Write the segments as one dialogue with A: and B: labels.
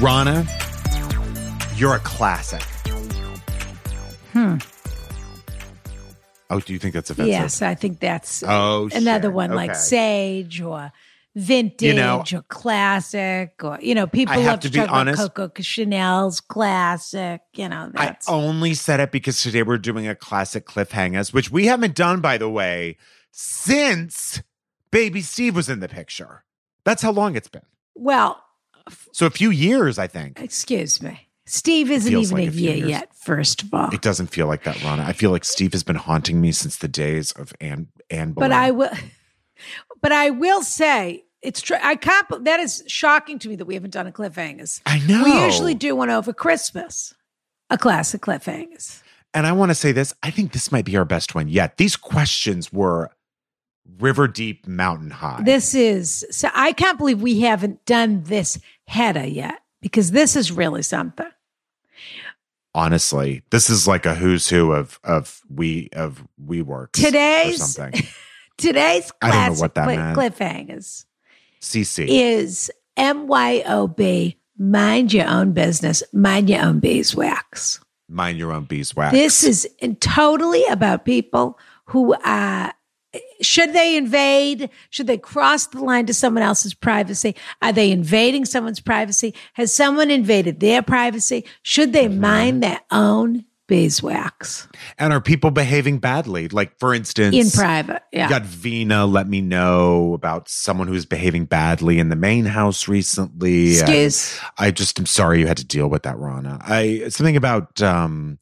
A: Rana, you're a classic.
B: Hmm.
A: Oh, do you think that's offensive?
B: Yes, I think that's
A: Oh,
B: another
A: shit.
B: one like
A: Okay.
B: Sage or vintage or classic or you know people
A: I have
B: love
A: to
B: to,
A: be
B: talk
A: honest.
B: about Coco Chanel's classic. You know
A: I
B: that's
A: only said it because today we're doing a classic cliffhangers, which we haven't done, by the way, since Baby Steve was in the picture. That's how long it's been.
B: well.
A: So a few years, I think.
B: Excuse me, Steve isn't
A: feels
B: even
A: like
B: a
A: a few
B: year
A: years.
B: yet. First of all,
A: It doesn't feel like that, Rana. I feel like Steve has been haunting me since the days of Anne Anne
B: but
A: Boleyn.
B: I will, but I will say it's true. I can't. be- That is shocking to me that we haven't done a cliffhangers.
A: I know.
B: We usually do one over Christmas, a classic cliffhangers.
A: And I want to say this. I think this might be our best one yet. These questions were river deep, mountain high.
B: This is so I can't believe we haven't done this header yet because this is really something.
A: honestly, this is like a who's who of of we of we work
B: Today's-
A: something.
B: Today's
A: I don't know
B: classic
A: what that
B: cli-
A: meant.
B: cliffhangers
A: CC.
B: is MYOB, mind your own business, mind your own beeswax.
A: Mind your own beeswax.
B: This is in- totally about people who uh should they invade? Should they cross the line to someone else's privacy? Are they invading someone's privacy? Has someone invaded their privacy? Should they
A: Mm-hmm.
B: mind their own beeswax
A: and are people behaving badly? Like for instance,
B: in private? Yeah.
A: you got Vina let me know about someone who's behaving badly in the main house recently.
B: Excuse.
A: I, I just am sorry you had to deal with that, Rana. I something about um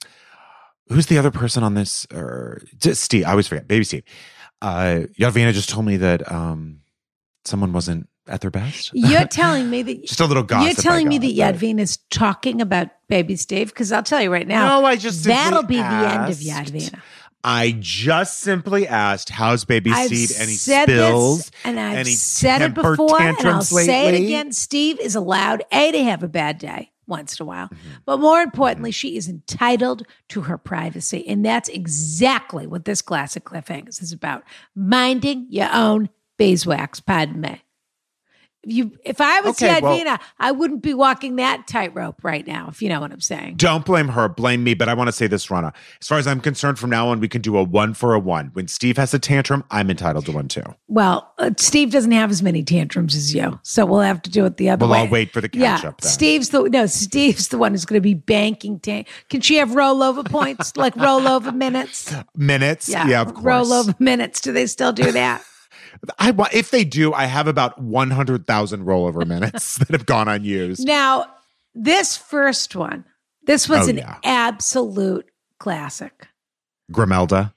A: who's the other person on this or just Steve. I always forget. Baby Steve. Uh Yadvina just told me that um someone wasn't at their best.
B: You're telling me that
A: Just a little gossip.
B: You're telling
A: I
B: me
A: got,
B: that
A: but-
B: Yadvin is talking about baby Steve? Because I'll tell you right now,
A: No, I just simply
B: that'll be the end
A: asked.
B: of Yadvina.
A: I just simply asked, "How's baby
B: I've
A: Steve?" And he
B: said
A: spills,
B: this, and I've
A: any
B: said it
A: temper
B: before, and I'll
A: tantrums
B: say it
A: lately?
B: again. Steve is allowed a to have a bad day once in a while,
A: Mm-hmm.
B: but more importantly, she is entitled to her privacy, and that's exactly what this classic cliffhangers is about: minding your own beeswax. Pardon me. You, if I was
A: Okay, well-
B: Yadvina, I wouldn't be walking that tightrope right now. If you know what I'm saying.
A: Don't blame her, blame me. But I want to say this, Rana. As far as I'm concerned, from now on, we can do a one for a one. When Steve has a tantrum, I'm entitled to one too.
B: Well, uh, Steve doesn't have as many tantrums as you, so we'll have to do it the other
A: Well,
B: way.
A: I'll wait for the catch
B: yeah,
A: up then.
B: Steve's the no. Steve's the one who's going to be banking. Tan- Can she have rollover points, like rollover minutes?
A: Minutes, yeah, of course.
B: Rollover minutes. Do they still do that?
A: I wa- if they do, I have about one hundred thousand rollover minutes that have gone unused.
B: now, this first one, this was
A: Oh,
B: an
A: yeah.
B: absolute classic.
A: Grimelda,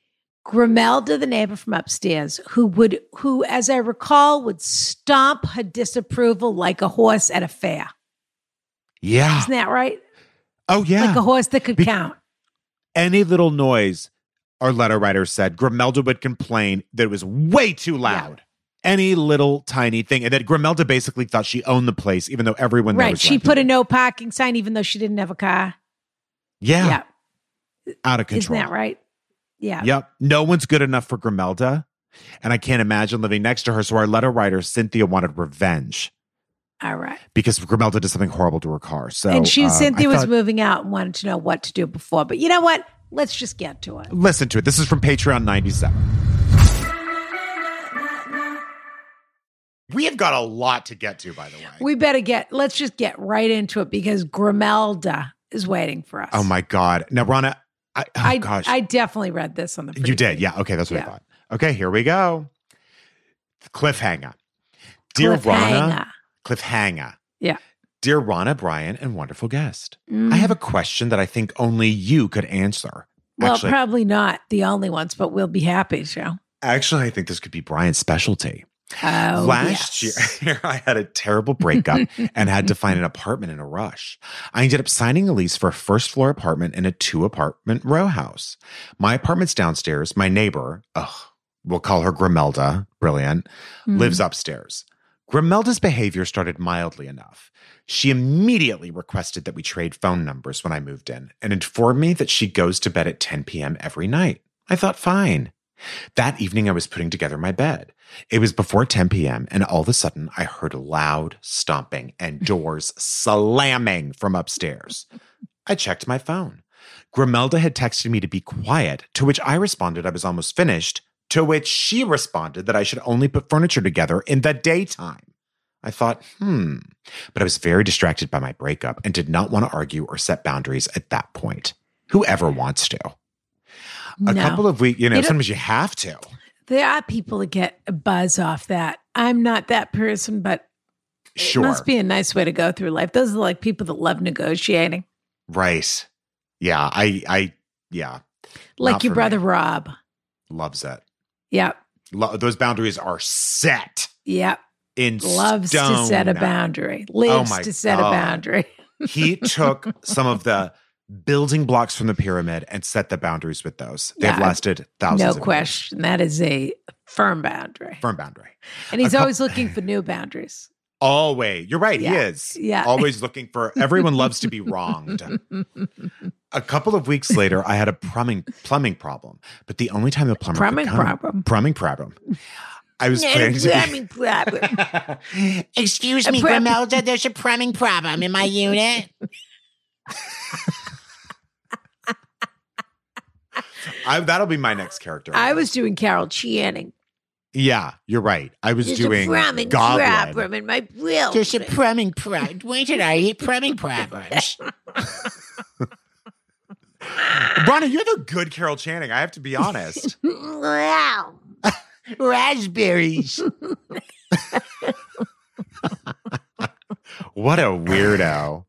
B: Grimelda, the neighbor from upstairs, who would, who, as I recall, would stomp her disapproval like a horse at a fair.
A: yeah,
B: Isn't that right?
A: oh yeah,
B: Like a horse that could
A: Be-
B: count.
A: any little noise, our letter writer said, Grimelda would complain that it was way too loud. Any little tiny thing. And that Grimelda basically thought she owned the place, even though everyone there
B: Right.
A: was
B: She
A: renting.
B: put a no parking sign even though she didn't have a car.
A: yeah,
B: Yeah.
A: out of
B: Isn't
A: control.
B: that right? Yeah.
A: Yep. No one's good enough for Grimelda. And I can't imagine living next to her. So our letter writer, Cynthia, wanted revenge.
B: All right.
A: because Grimelda did something horrible to her car. So
B: and she,
A: um,
B: Cynthia
A: I
B: was
A: thought-
B: moving out and wanted to know what to do before. But you know what? Let's just get to it.
A: Listen to it. This is from Patreon 97. We have got a lot to get to, by the way.
B: We better get, let's just get right into it because Grimelda is waiting for us.
A: oh my God. Now, Rana, I, oh
B: I,
A: gosh.
B: I definitely read this on the
A: you
B: preview.
A: did. Yeah. Okay. That's what
B: Yeah.
A: I thought. Okay. Here we go. Cliffhanger. Dear Rana,
B: Cliffhanger.
A: cliffhanger.
B: Yeah. Mm-hmm.
A: Dear Rana, Brian, and wonderful guest, I have a question that I think only you could answer.
B: Well,
A: Actually,
B: probably not the only ones, but we'll be happy to.
A: actually, I think this could be Brian's specialty.
B: Oh,
A: Last
B: yes.
A: year, I had a terrible breakup and had to find an apartment in a rush. I ended up signing a lease for a first floor apartment in a two apartment row house. My apartment's downstairs. My neighbor, ugh, we'll call her Grimelda, brilliant, lives upstairs. Grimelda's behavior started mildly enough. She immediately requested that we trade phone numbers when I moved in and informed me that she goes to bed at 10 p.m. every night. I thought, fine. That evening, I was putting together my bed. It was before 10 p.m., and all of a sudden, I heard loud stomping and doors slamming from upstairs. I checked my phone. Grimelda had texted me to be quiet, to which I responded I was almost finished, to which she responded that I should only put furniture together in the daytime. I thought, hmm, but I was very distracted by my breakup and did not want to argue or set boundaries at that point. Whoever wants to. A
B: No.
A: couple of weeks, you know,
B: You don't-
A: sometimes you have to.
B: There are people that get a buzz off that. I'm not that person, but
A: Sure.
B: it must be a nice way to go through life. Those are like people that love negotiating,
A: Right. Yeah. I, I, yeah,
B: like
A: Not
B: your
A: for
B: brother
A: me.
B: Rob.
A: loves it.
B: Yep.
A: Lo- those boundaries are set
B: Yep.
A: in
B: Loves to set a
A: stone.
B: boundary, lives
A: Oh my
B: to set
A: God.
B: a boundary.
A: he took some of the building blocks from the pyramid and set the boundaries with those. They've
B: Yeah,
A: lasted thousands
B: No
A: of years.
B: question. That is a firm boundary.
A: Firm boundary.
B: And he's
A: A cou- Oh
B: always looking for new boundaries.
A: Always. You're right. He
B: Yeah.
A: is.
B: Yeah.
A: Always looking for everyone loves to be wronged. A couple of weeks later, I had a plumbing plumbing problem, but the only time the plumber could
B: Plumbing
A: come-
B: problem.
A: plumbing problem. I was planning to be,
B: Plumbing problem.
C: Excuse
B: A
C: me,
B: prep-
C: Grimelda, there's a plumbing problem in my unit.
A: I, that'll be my next character.
B: I was doing Carol Channing.
A: Yeah, you're right. I was
B: There's
A: doing
B: a plumbing
A: Goblin.
B: problem in my
A: Oh,
B: will.
C: There's a plumbing problem. Where did I eat plumbing problems?
A: Ronna, you have a good Carol Channing. I have to be honest.
B: Mm,
C: Wow. Raspberries.
A: What a weirdo.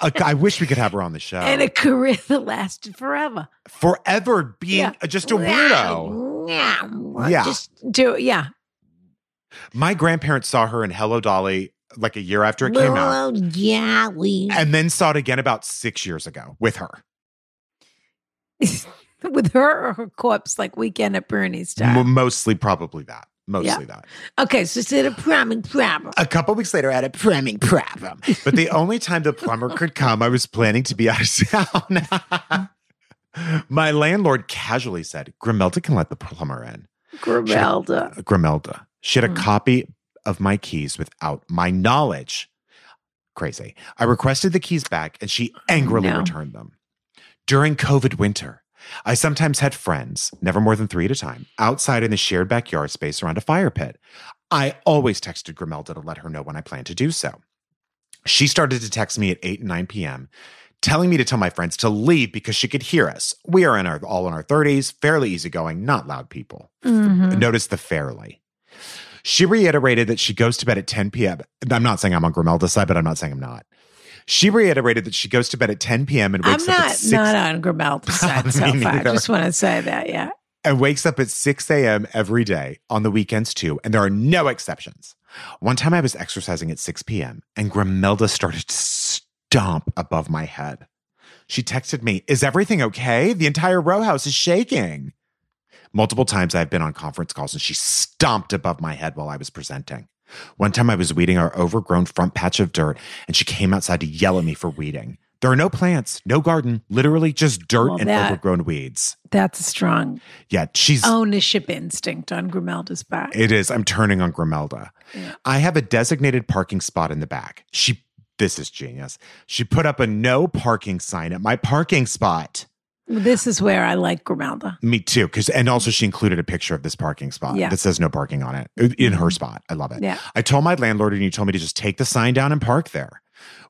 A: Uh, I wish we could have her on the show.
B: and a career that lasted forever.
A: Forever being uh, just a weirdo.
C: Wow.
A: Yeah.
B: Just do yeah.
A: My grandparents saw her in Hello Dolly like a year after it came out,
C: Little jolly.
A: and then saw it again about six years ago with her.
B: With her or her corpse, like weekend at Bernie's time.
A: M- mostly, probably that. Mostly that.
B: okay, so it's a plumbing problem.
A: A couple weeks later, I had a plumbing problem. But the only time the plumber could come, I was planning to be out of town. My landlord casually said, Grimelda can let the plumber in.
B: Grimelda.
A: Grimelda. She had a
B: Hmm.
A: copy of my keys without my knowledge. Crazy. I requested the keys back and she angrily
B: No.
A: returned them. During COVID winter, I sometimes had friends, never more than three at a time, outside in the shared backyard space around a fire pit. I always texted Grimelda to let her know when I planned to do so. She started to text me at 8 and 9 p.m., telling me to tell my friends to leave because she could hear us. We are in our all in our 30s, fairly easygoing, not loud people.
B: Mhm.
A: Notice the fairly. She reiterated that she goes to bed at 10 p.m. I'm not saying I'm on Grimelda's side, but I'm not saying I'm not. She reiterated that she goes to bed at 10 p.m. and wakes
B: I'm
A: up
B: not
A: at 6
B: not on Grimelda's side so
A: Me
B: far. I
A: neither.
B: just want to say that, yeah.
A: and wakes up at 6 a.m. every day on the weekends too, and there are no exceptions. One time I was exercising at 6 p.m. and Grimelda started to stomp above my head. She texted me, Is everything okay? The entire row house is shaking. Multiple times I've been on conference calls and she stomped above my head while I was presenting. One time I was weeding our overgrown front patch of dirt and she came outside to yell at me for weeding. There are no plants, no garden, literally just dirt
B: Well,
A: and
B: that- Oh,
A: overgrown weeds.
B: That's a strong
A: Yeah, she's
B: ownership instinct on Grimelda's part.
A: It is. I'm turning on Grimelda. I have a designated parking spot in the back. She, this is genius. She put up a no parking sign at my parking spot.
B: This is where I like Grimelda.
A: Me too. Cause, and also she included a picture of this parking spot
B: Yeah.
A: that says no parking on it in her spot. I love it.
B: Yeah.
A: I told my landlord and he told me to just take the sign down and park there.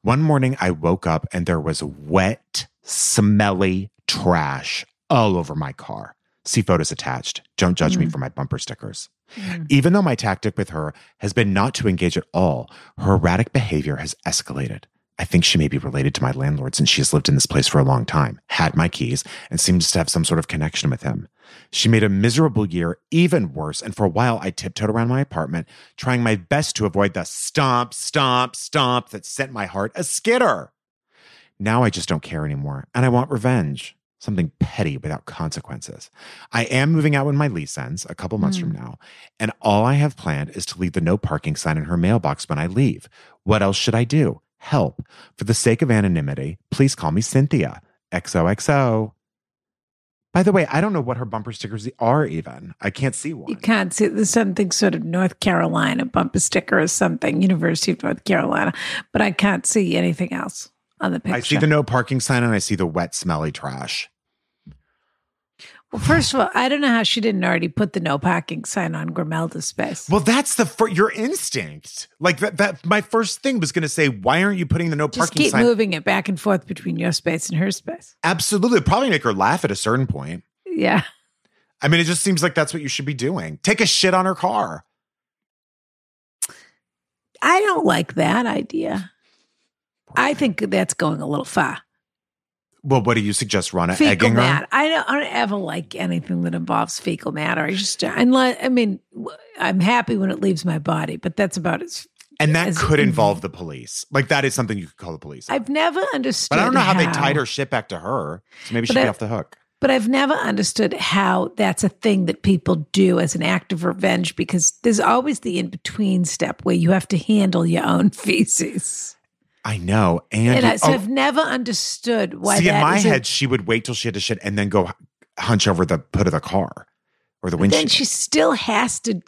A: One morning I woke up and there was wet, smelly trash all over my car. See photos attached. Don't judge
B: Mm.
A: me for my bumper stickers. Even though my tactic with her has been not to engage at all, her erratic behavior has escalated. I think she may be related to my landlord since she has lived in this place for a long time, had my keys, and seems to have some sort of connection with him. She made a miserable year even worse, and for a while I tiptoed around my apartment, trying my best to avoid the stomp, stomp, stomp that sent my heart a skitter. Now I just don't care anymore, and I want revenge. Something petty without consequences. I am moving out when my lease ends a couple months from now, and all I have planned is to leave the no parking sign in her mailbox when I leave. What else should I do? Help. For the sake of anonymity, please call me Cynthia. XOXO. By the way, I don't know what her bumper stickers are, even. I can't see one.
B: You can't see there's something sort of North Carolina bumper sticker or something, University of North Carolina, but I can't see anything else on the picture.
A: I see the no parking sign and I see the wet, smelly trash.
B: well, first of all, I don't know how she didn't already put the no parking sign on Grimelda's space.
A: Well, that's the fir- your instinct. Like that, that my first thing was going to say, why aren't you putting the no
B: Just
A: parking
B: keep
A: sign?
B: moving it back and forth between your space and her space.
A: Absolutely, It'd probably make her laugh at a certain point.
B: Yeah.
A: I mean, it just seems like that's what you should be doing. Take a shit on her car.
B: I don't like that idea. I think that's going a little far.
A: Well, what do you suggest, Ronna?
B: fecal
A: Egging her?
B: matter. I don't, I don't ever like anything that involves fecal matter. I just, unless, I mean, w- I'm happy when it leaves my body, but that's about it.
A: And that
B: As-
A: could involve the police. Like that is something you could call the police. on.
B: I've never understood.
A: but I don't know how, they tied her shit back to her. So maybe she'd
B: But
A: be
B: I-
A: off the hook.
B: But I've never understood how that's a thing that people do as an act of revenge because there's always the in between step where you have to handle your own feces.
A: I know. And,
B: And I,
A: you-
B: so
A: oh,
B: I've never understood why
A: See, in
B: that
A: my
B: is a-
A: head, she would wait till she had to shit and then go h- hunch over the hood of the car or the windshield.
B: then she still has to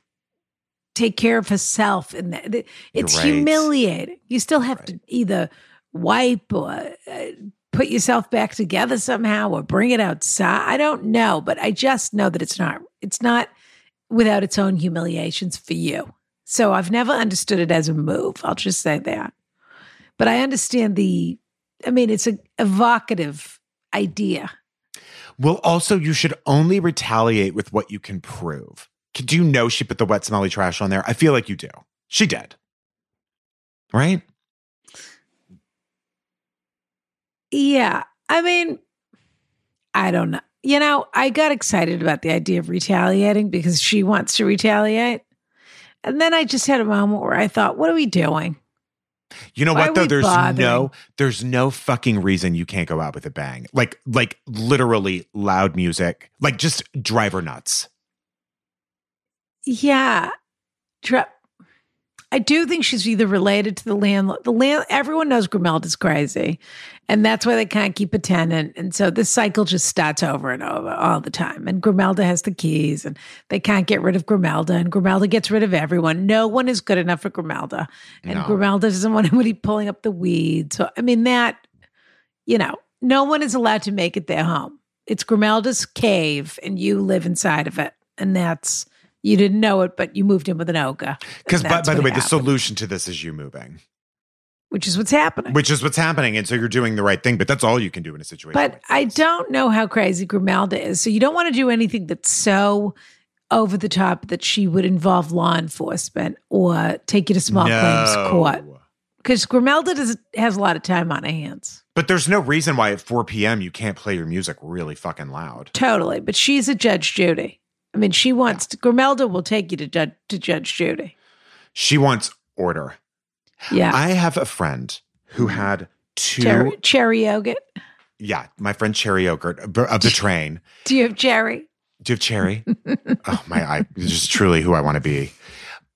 B: take care of herself and that that- it's
A: You're right.
B: humiliating you still have to either wipe or uh, put yourself back together somehow or bring it outside i don't know but i just know that it's not it's not without its own humiliations for you so i've never understood it as a move i'll just say that but i understand the i mean it's a evocative idea
A: well, also, you should only retaliate with what you can prove. C- Do you know she put the wet, smelly trash on there? I feel like you do. She did. Right?
B: Yeah. I mean, I don't know. You know, I got excited about the idea of retaliating because she wants to retaliate. And then I just had a moment where I thought, what are we doing?
A: You know
B: Why are
A: what though?
B: we
A: There's
B: bothering?
A: no there's no fucking reason you can't go out with a bang. Like like literally loud music. Like just drive her nuts.
B: Yeah. Tra- I do think she's either related to the landlord. The land, everyone knows Grimelda's crazy, and that's why they can't keep a tenant. And so this cycle just starts over and over all the time. And Grimelda has the keys, and they can't get rid of Grimelda, and Grimelda gets rid of everyone. No one is good enough for Grimelda, and
A: No.
B: Grimelda doesn't want anybody pulling up the weeds. So I mean that, you know, no one is allowed to make it their home. It's Grimelda's cave, and you live inside of it, and that's. You didn't know it, but you moved in with an ogre.
A: Because
B: And
A: by,
B: that's
A: by the
B: what
A: way, the
B: happened,
A: solution to this is you moving,
B: which is what's happening.
A: which is what's happening. And so you're doing the right thing, but that's all you can do in a situation.
B: but
A: like
B: I
A: this.
B: don't know how crazy Grimalda is. So you don't want to do anything that's so over the top that she would involve law enforcement or take you to small claims court. Because Grimalda does, has a lot of time on her hands.
A: But there's no reason why at 4 p.m. you can't play your music really fucking loud.
B: Totally. But she's a Judge Judy. I mean, she wants to, Grimalda will take you to, judge to Judge Judy.
A: She wants order.
B: Yeah. Mm-hmm.
A: I have a friend who had two.
B: Cherry, cherry yogurt.
A: yeah, my friend Cherry Yogurt of the train.
B: Do you have cherry?
A: Do you have cherry? oh my! I this is truly who I want to be.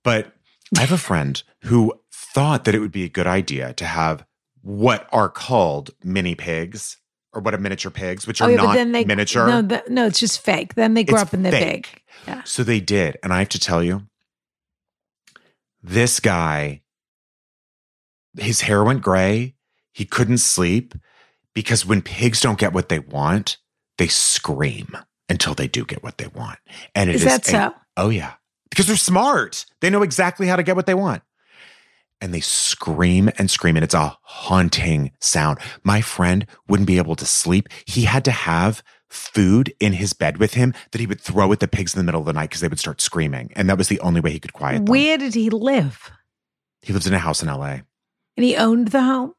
A: But I have a friend who thought that it would be a good idea to have what are called mini pigs or what are miniature pigs, which are
B: Oh, yeah,
A: not miniature.
B: No, th- no, it's just fake. Then they grow
A: It's
B: up and they're
A: fake.
B: big. Yeah.
A: So they did. And I have to tell you, this guy, his hair went gray. He couldn't sleep because when pigs don't get what they want, they scream until they do get what they want. And it
B: Is
A: is
B: that
A: a-
B: so?
A: Oh, yeah. Because they're smart. They know exactly how to get what they want. And they scream and scream, and it's a haunting sound. My friend wouldn't be able to sleep. He had to have food in his bed with him that he would throw at the pigs in the middle of the night because they would start screaming. And that was the only way he could quiet them.
B: Where did he live?
A: he lives in a house in LA.
B: And he owned the home.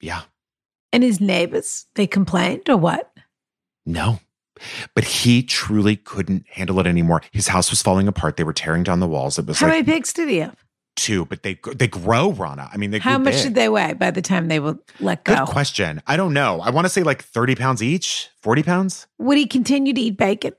A: Yeah.
B: And his neighbors, they complained or what?
A: No. But he truly couldn't handle it anymore. His house was falling apart. They were tearing down the walls. It was
B: How
A: like
B: many pigs did he have?
A: two, but they they grow, Rana. I mean, they
B: How
A: grew
B: much
A: big.
B: did they weigh by the time they were let
A: Good
B: go?
A: question. I don't know. I want to say like 30 pounds each, 40 pounds.
B: Would he continue to eat bacon?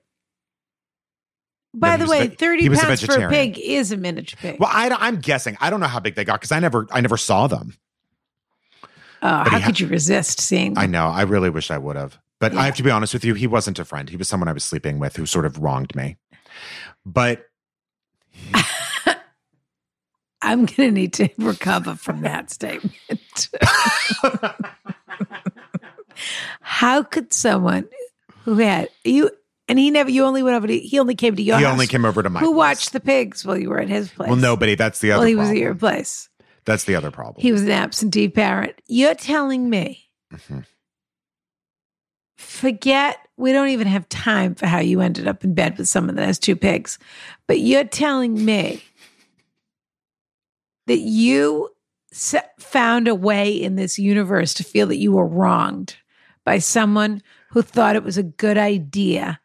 B: By
A: he
B: the
A: was a
B: way,
A: ve-
B: thirty
A: he was a
B: pounds for a
A: vegetarian.
B: pig is a miniature pig.
A: Well, I, am guessing. I don't know how big they got because I never, I never saw them.
B: oh,
A: but
B: how
A: he ha-
B: could you resist seeing?
A: I know. I really wish I would have. But I have to be honest with you. He wasn't a friend. He was someone I was sleeping with who sort of wronged me. But
B: I'm going to need to recover from that statement. How could someone who had you and he never you only went over to he only came to your
A: he
B: house.
A: only came over to my.
B: who
A: place.
B: watched the pigs while you were at his place?
A: Well, nobody. That's the other.
B: Well, he was
A: problem.
B: at your place.
A: That's the other problem.
B: He was an absentee parent. You're telling me
A: Mhm.
B: forget we don't even have time for how you ended up in bed with someone that has two pigs but you're telling me that you s- found a way in this universe to feel that you were wronged by someone who thought it was a good idea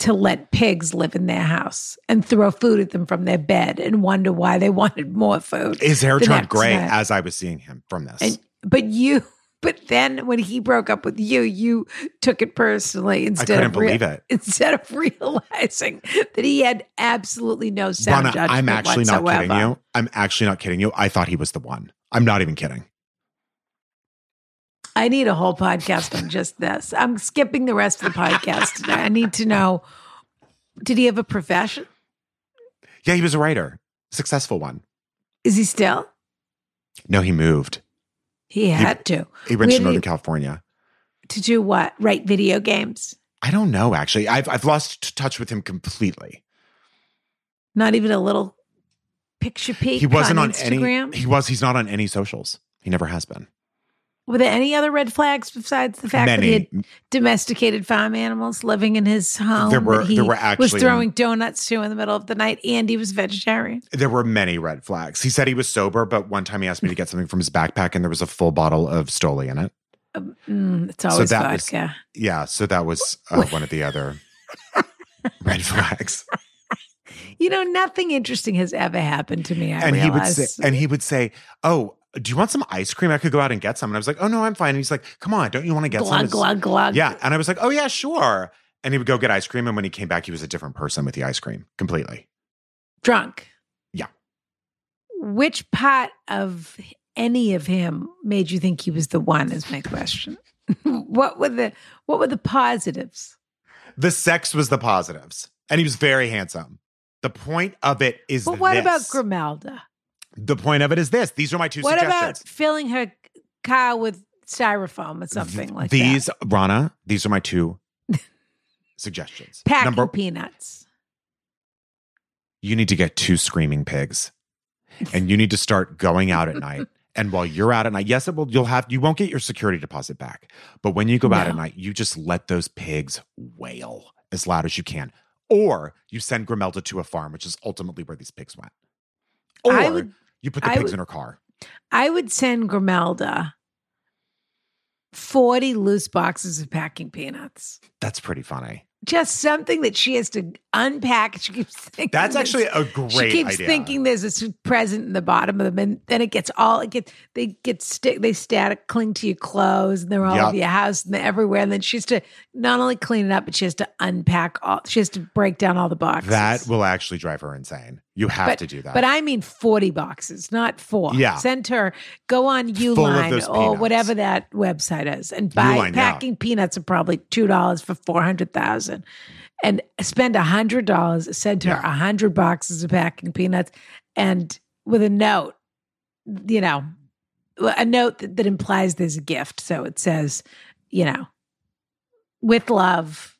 B: to let pigs live in their house and throw food at them from their bed and wonder why they wanted more food
A: His hair
B: the
A: turned
B: next
A: gray
B: night.
A: as I was seeing him from this.
B: and but you but then when he broke up with you you took it personally
A: I
B: instead
A: couldn't
B: of rea-
A: believe it.
B: instead of realizing that he had absolutely no sound
A: Rana,
B: judgment
A: I'm actually not
B: whatsoever.
A: kidding you. I'm actually not kidding you. I thought he was the one. I'm not even kidding.
B: I need a whole podcast on just this. I'm skipping the rest of the podcast today. I need to know did he have a profession?
A: Yeah, he was a writer, successful one.
B: Is he still?
A: No, he moved.
B: He had to.
A: He went
B: Where
A: to
B: did
A: Northern
B: he-
A: California.
B: To do what? Write video games?
A: I don't know. Actually, I've I've lost t- touch with him completely.
B: Not even a little picture peek
A: he wasn't on,
B: Instagram?
A: any. He was. He's not on any socials. He never has been.
B: Were there any other red flags besides the fact that he
A: Many.
B: had domesticated farm animals living in his home?
A: There were-
B: that he
A: there were
B: was
A: actually- um,
B: throwing donuts to in the middle of the night, and he was vegetarian.
A: There were many red flags. He said he was sober, but one time he asked me to get something from his backpack, and there was a full bottle of Stoli in it.
B: Mm, it's
A: So
B: always
A: that was-
B: vodka.
A: Yeah, so that was uh, one of the other red flags.
B: You know, nothing interesting has ever happened to me. I
A: and he would
B: realize.
A: say, and he would say, "Oh, do you want some ice cream? I could go out and get some." And I was like, "Oh no, I'm fine." And he's like, "Come on, don't you want to get some?"
B: glug
A: It's-
B: glug glug.
A: Yeah. And I was like, oh, yeah, sure. And he would go get ice cream. And when he came back, he was a different person with the ice cream completely.
B: drunk.
A: Yeah.
B: Which part of any of him made you think he was the one? Is my question. what were the what were the positives?
A: The sex was the positives. And he was very handsome. The point of it is
B: But what about
A: this.
B: Grimalda?
A: the point of it is this. These are my two
B: What about
A: suggestions.
B: filling her car with styrofoam or something like
A: these,
B: that?
A: Rana, these are my two suggestions.
B: Packing
A: Number
B: peanuts.
A: you need to get two screaming pigs and you need to start going out at night and while you're out at night yes it will you'll have you won't get your security deposit back but when you go out at
B: No.
A: night you just let those pigs wail as loud as you can or you send grimelda to a farm which is ultimately where these pigs went or
B: I would-
A: you put the
B: I
A: pigs
B: would-
A: in her car
B: I would send Grimalda 40 loose boxes of packing peanuts.
A: that's pretty funny
B: Just something that she has to unpack. She keeps thinking
A: that's
B: this-
A: actually a great
B: she keeps
A: idea.
B: thinking there's a s- present in the bottom of them, and then it gets all it gets. They get stick. They static cling to your clothes, and they're all
A: Yup.
B: over your house, and they're everywhere. And then she has to not only clean it up, but she has to unpack all. She has to break down all the boxes.
A: that will actually drive her insane You have
B: but,
A: to do that.
B: But I mean 40 boxes, not four.
A: Yeah.
B: Send her, go on
A: those
B: Uline or
A: peanuts.
B: whatever that website is and buy
A: Uline, yeah.
B: packing peanuts are probably $2 for 400,000 and spend $100, send her a
A: Yeah.
B: 100 boxes of packing peanuts and with a note, you know, a note that, that implies there's a gift. So it says, you know, with love,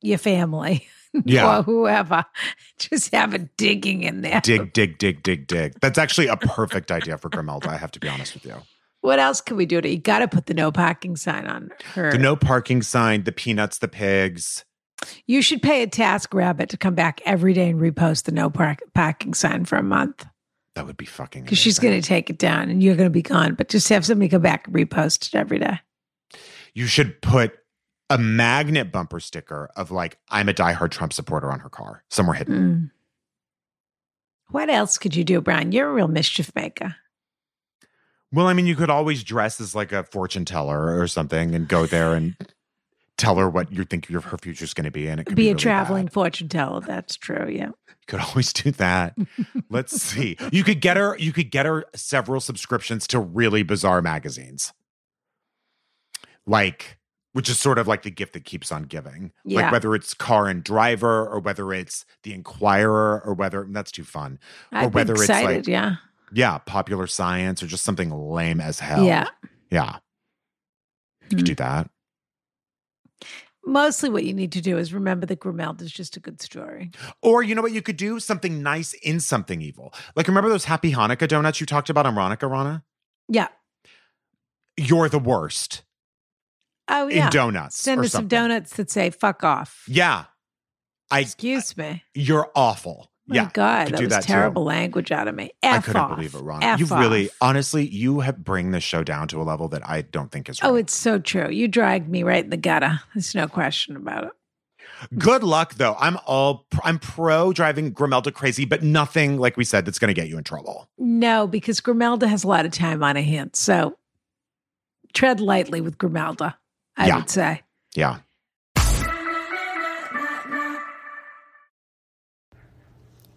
B: your family
A: yeah.
B: or whoever. Just have a digging in there.
A: dig, dig, dig, dig, dig. That's actually a perfect idea for Grimelda. I have to be honest with you.
B: What else can we do to you? Got to put the no parking sign on her.
A: The no parking sign, the peanuts, the pigs.
B: you should pay a task rabbit to come back every day and repost the no park- parking sign for a month
A: That would be fucking.
B: because she's
A: amazing.
B: going to take it down and you're going to be gone. But just have somebody come back and repost it every day.
A: You should put a magnet bumper sticker of like "I'm a diehard Trump supporter" on her car somewhere hidden.
B: Mm. What else could you do, Brian? You're a real mischief maker.
A: Well, I mean, you could always dress as like a fortune teller or something and go there and tell her what you think your, her future's going to be, and it could
B: be
A: be,
B: a
A: really
B: traveling
A: bad.
B: fortune teller. That's true. Yeah.
A: You could always do that. Let's see. You could get her. You could get her several subscriptions to really bizarre magazines, like which is sort of like the gift that keeps on giving.
B: Yeah.
A: Like whether it's Car and Driver or whether it's The Inquirer or whether mm, that's too fun.
B: I'd be
A: whether it's like-
B: excited. yeah.
A: Yeah, Popular Science or just something lame as hell.
B: Yeah. Hmm.
A: yeah. You could do that.
B: Mostly what you need to do is remember that Grimelda is just a good story.
A: Or you know what you could do? Something nice in something evil. Like remember those Happy Hanukkah donuts you talked about on Ronica Rana?
B: Yeah.
A: You're the worst
B: Oh, yeah.
A: in donuts.
B: Send
A: or
B: us some
A: something.
B: donuts that say fuck off.
A: Yeah. I
B: Excuse me.
A: you're awful.
B: My
A: yeah.
B: God,
A: could
B: that
A: do
B: was
A: that too.
B: terrible language out of me.
A: I
B: F
A: couldn't
B: off.
A: believe it, Rana.
B: F
A: You really
B: off.
A: honestly, you have bring this show down to a level that I don't think is right.
B: Oh, it's so true. You dragged me right in the gutter. There's no question about it.
A: Good luck though. I'm all I'm pro driving Grimelda crazy, but nothing like we said that's going to get you in trouble.
B: No, because Grimelda has a lot of time on her hands. So tread lightly with Grimelda, I
A: Yeah.
B: would say.
A: Yeah.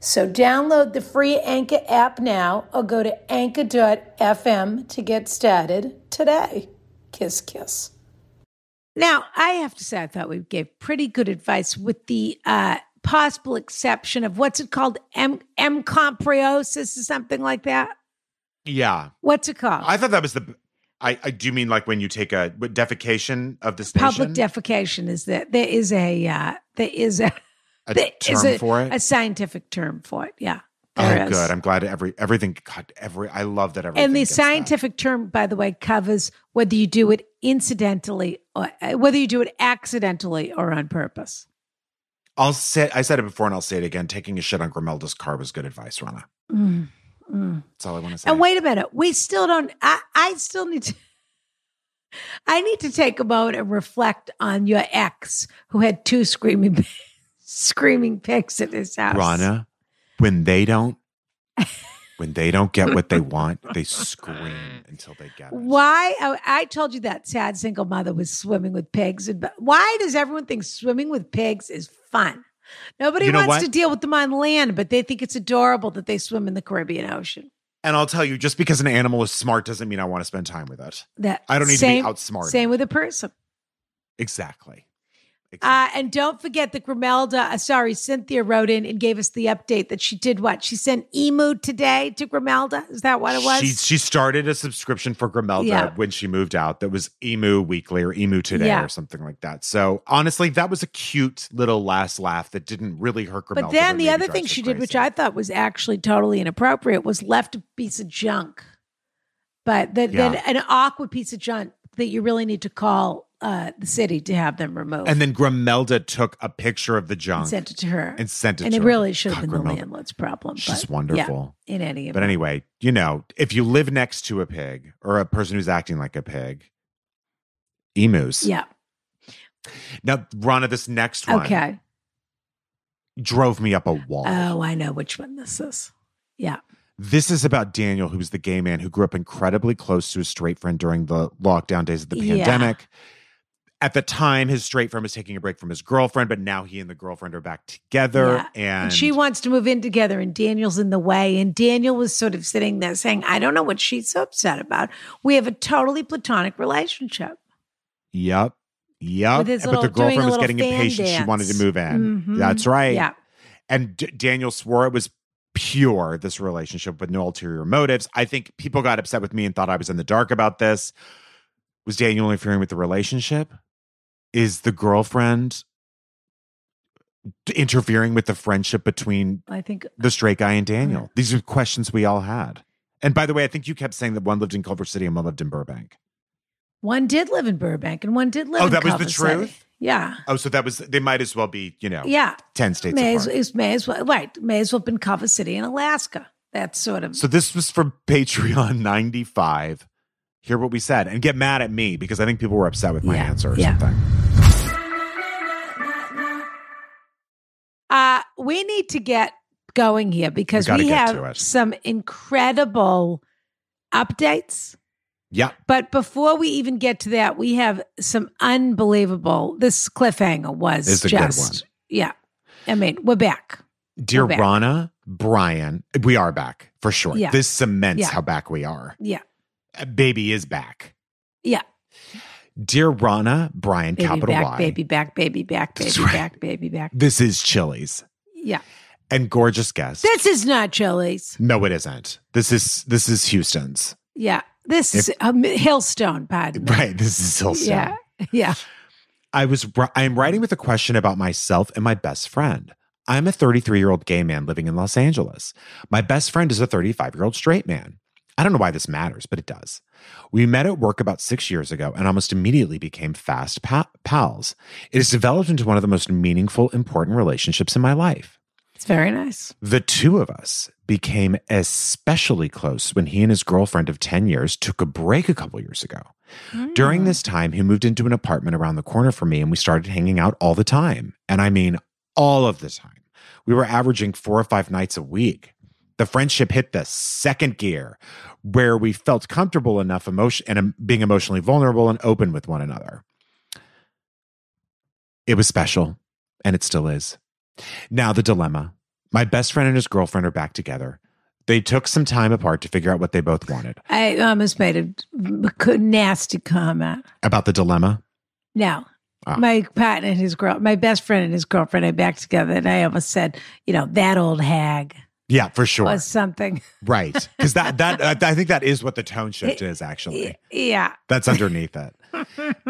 B: So download the free Anchor app now or go to anchor.fm to get started today. Kiss, kiss. Now, I have to say, I thought we gave pretty good advice with the uh, possible exception of what's it called? M. M. Compreosis or something like that?
A: Yeah.
B: What's it called?
A: I thought that was the. I, I do mean like when you take a what, defecation of this
B: Public
A: nation?
B: defecation is that there is a uh, there is a
A: a
B: there
A: term
B: is a,
A: for it.
B: a scientific term for it. Yeah. there
A: oh,
B: is.
A: good. I'm glad every everything. God, every. I love that everything.
B: And the
A: gets that.
B: scientific term, by the way, covers whether you do it incidentally or uh, whether you do it accidentally or on purpose.
A: I'll say. I said it before, and I'll say it again. Taking a shit on Grimelda's car was good advice, Rana.
B: Mm, mm.
A: That's all I want to say.
B: And wait a minute, we still don't. I, I still need to. I need to take a moment and reflect on your ex who had two screaming, screaming pigs at his house.
A: Rana, when they don't, when they don't get what they want, they scream until they get it.
B: Why? I, I told you that sad single mother was swimming with pigs. And but why does everyone think swimming with pigs is fun? Nobody
A: You know
B: wants
A: what?
B: to deal with them on land, but they think it's adorable that they swim in the Caribbean Ocean.
A: And I'll tell you, just because an animal is smart doesn't mean I want to spend time with it.
B: That
A: I don't need
B: same,
A: to be outsmarted.
B: Same with a person.
A: Exactly.
B: Uh, and don't forget that Grimelda, uh, sorry, Cynthia wrote in and gave us the update that she did what? She sent Emu today to Grimelda. Is that what it was?
A: She she started a subscription for Grimelda
B: Yeah.
A: when she moved out. That was Emu Weekly or Emu Today
B: Yeah.
A: or something like that. So honestly, that was a cute little last laugh that didn't really hurt Grimelda.
B: But then the
A: maybe
B: other
A: drives
B: thing
A: her
B: she did, which
A: crazy.
B: I thought was actually totally inappropriate, was left a piece of junk but that,
A: Yeah.
B: that an awkward piece of junk that you really need to call uh, the city to have them removed
A: And then Grimelda took a picture of the junk
B: sent it to her.
A: and sent it
B: And
A: to
B: it
A: her.
B: really should
A: God,
B: have been the
A: Grimelda.
B: landlord's problem.
A: She's
B: but,
A: wonderful.
B: Yeah, in any event.
A: But anyway, you know, if you live next to a pig or a person who's acting like a pig, emus.
B: yeah.
A: Now, Rana, this next one
B: Okay.
A: drove me up a wall.
B: Oh, I know which one this is. Yeah.
A: This is about Daniel, who's the gay man who grew up incredibly close to his straight friend during the lockdown days of the
B: Yeah.
A: pandemic. At the time, his straight friend was taking a break from his girlfriend, but now he and the girlfriend are back together.
B: Yeah.
A: And,
B: And she wants to move in together, and Daniel's in the way. And Daniel was sort of sitting there saying, I don't know what she's so upset about. We have a totally platonic relationship.
A: Yep. Yep.
B: With his
A: But
B: little-
A: the
B: doing a
A: girlfriend was
B: little
A: getting
B: fan
A: impatient. She wanted to
B: dance.
A: move in.
B: Mhm.
A: That's right.
B: Yeah.
A: And D- Daniel swore it was pure, this relationship with no ulterior motives. I think people got upset with me and thought I was in the dark about this. Was Daniel interfering with the relationship? Is the girlfriend d- interfering with the friendship between
B: I think
A: the straight guy and Daniel? These are questions we all had. And by the way, I think you kept saying that one lived in Culver City and one lived in Burbank.
B: one did live in Burbank and one did live
A: Oh,
B: in
A: that was the
B: Culver City.
A: truth?
B: Yeah.
A: Oh, so that was, they might as well be, you know,
B: Yeah.
A: 10 states
B: May as,
A: apart.
B: it's- may as well, right. May as well have been Culver City in Alaska. That's sort of
A: So this was from Patreon 95. Hear what we said and get mad at me because I think people were upset with my
B: Yeah,
A: answer or
B: yeah.
A: something.
B: Uh, we need to get going here because
A: We
B: we,
A: gotta get to
B: have
A: it.
B: some incredible updates.
A: Yeah.
B: But before we even get to that, we have some unbelievable. This cliffhanger was
A: It's a good
B: just
A: one.
B: yeah. I mean, we're back.
A: Dear
B: We're back.
A: Rana, Brian, we are back for sure.
B: Yeah.
A: This cements
B: Yeah.
A: how back we are.
B: Yeah,
A: Uh, Baby is back.
B: yeah.
A: Dear Rana, Brian,
B: Baby
A: capital
B: back,
A: Y.
B: baby back, baby back,
A: That's
B: baby
A: right.
B: back, baby back.
A: This is Chili's
B: Yeah,
A: and gorgeous guest.
B: this is not Chili's.
A: no, it isn't. This is this is Houston's.
B: Yeah, this is um, Hillstone. Pardon me.
A: Right. This is Hillstone.
B: Yeah, yeah.
A: I was I am writing with a question about myself and my best friend. I'm a 33-year-old gay man living in Los Angeles. My best friend is a 35-year-old straight man. I don't know why this matters, but it does. We met at work about 6 years ago and almost immediately became fast pa- pals. It has developed into one of the most meaningful important relationships in my life.
B: It's very nice.
A: The two of us became especially close when he and his girlfriend of 10 years took a break a couple years ago. During this time, he moved into an apartment around the corner from me and we started hanging out all the time. And I mean, all of the time. We were averaging four or five nights a week. The friendship hit the second gear where we felt comfortable enough emotion and um, being emotionally vulnerable and open with one another. It was special and it still is. Now, the dilemma. My best friend and his girlfriend are back together. They took some time apart to figure out what they both wanted.
B: I almost made a c- nasty comment.
A: About the dilemma,
B: Now,
A: Ah.
B: my partner and his girl, my best friend and his girlfriend are back together, and I almost said, you know, that old hag
A: Yeah, for sure.
B: or something.
A: Right. Cuz that that uh, I think that is what the tone shift is actually.
B: Yeah,
A: That's underneath it.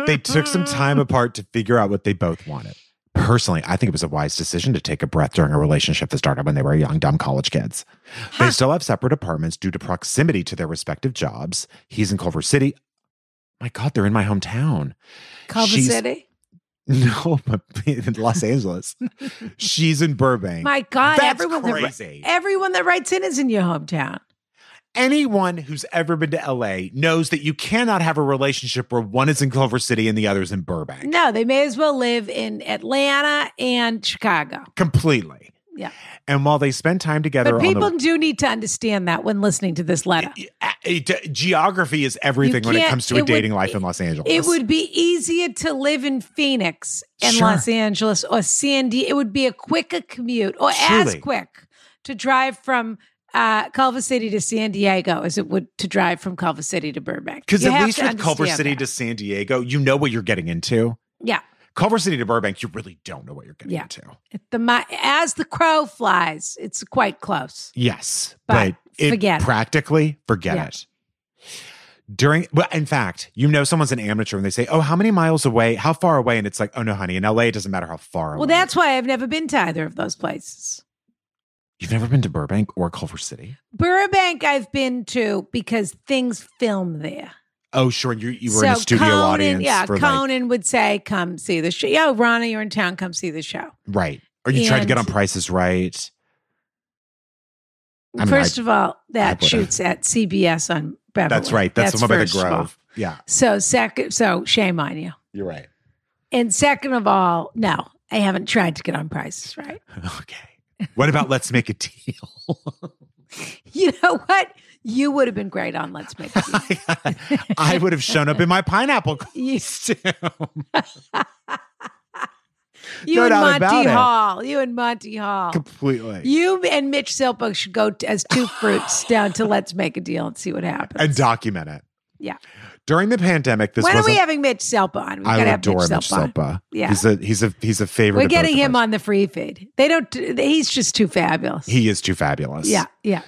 A: They took some time apart to figure out what they both wanted. Personally, I think it was a wise decision to take a breath during a relationship that started when they were young, dumb college kids. They still have separate apartments due to proximity to their respective jobs. He's in Culver City. My God, they're in my hometown.
B: Culver
A: She's-
B: City.
A: No, but in Los Angeles. She's in Burbank.
B: My God,
A: That's
B: everyone
A: crazy.
B: That, everyone that writes in is in your hometown.
A: anyone who's ever been to LA knows that you cannot have a relationship where one is in Culver City and the other is in Burbank.
B: No, they may as well live in Atlanta and Chicago.
A: Completely.
B: Yeah,
A: And while they spend time together,
B: but
A: on
B: people
A: the,
B: do need to understand that when listening to this letter.
A: It- it- geography is everything when it
B: can't-
A: comes to a
B: it would-
A: dating life in Los Angeles.
B: It would be easier to live in Phoenix and
A: Sure.
B: Los Angeles or San Diego. It would be a quicker commute or as
A: Truly.
B: quick to drive from uh, Culver City to San Diego as it would to drive from Culver City to Burbank.
A: because
B: You
A: at
B: have
A: least
B: to
A: with Culver
B: understand
A: City
B: that.
A: to San Diego, you know what you're getting into.
B: yeah,
A: Culver City to Burbank, you really don't know what you're getting
B: Yeah.
A: into.
B: At the mi- as the crow flies, it's quite close.
A: Yes,
B: But
A: but, it,
B: forget it.
A: practically forget
B: Yeah.
A: it. During, well, in fact, you know someone's an amateur and they say, "Oh, how many miles away? How far away?" And it's like, "Oh no, honey, in LA, it doesn't matter how far."
B: Well,
A: away.
B: that's why I've never been to either of those places.
A: You've never been to Burbank or Culver City?
B: Burbank, I've been to because things film there.
A: Oh, sure. You you were in a studio
B: Conan,
A: audience.
B: Yeah,
A: for like,
B: Conan would say, "Come see the show." Yeah, Rana, you're in town. Come see the show.
A: right. Or you tried to get on
B: And-
A: Prices Right. I mean,
B: first of all, that
A: would've.
B: shoots at CBS on Beverly.
A: That's right. That's, the one by the
B: first of all.
A: Grove. Yeah,
B: So second, so shame on you.
A: you're right.
B: And second of all, no, I haven't tried to get on prices right.
A: Okay. What about Let's Make a Deal?
B: You know what? You would have been great on Let's Make It. Easy.
A: I would have shown up in my pineapple
B: You-
A: costume.
B: You
A: No
B: and
A: doubt about
B: Monty
A: it.
B: Hall. You and Monty Hall.
A: Completely.
B: You and Mitch Silva should go t- as two fruits down to Let's Make a Deal and see what happens.
A: and document it.
B: Yeah.
A: During the pandemic, this
B: when are
A: was
B: we
A: a-
B: having Mitch Silva on? We've
A: I
B: got to have
A: adore
B: Mitch
A: Mitch
B: Silva on.
A: Silpa.
B: Yeah.
A: He's a he's a he's a favorite.
B: We're
A: of both
B: getting
A: of
B: him
A: ours.
B: on the free feed. They don't. He's just too fabulous.
A: He is too fabulous.
B: yeah, yeah.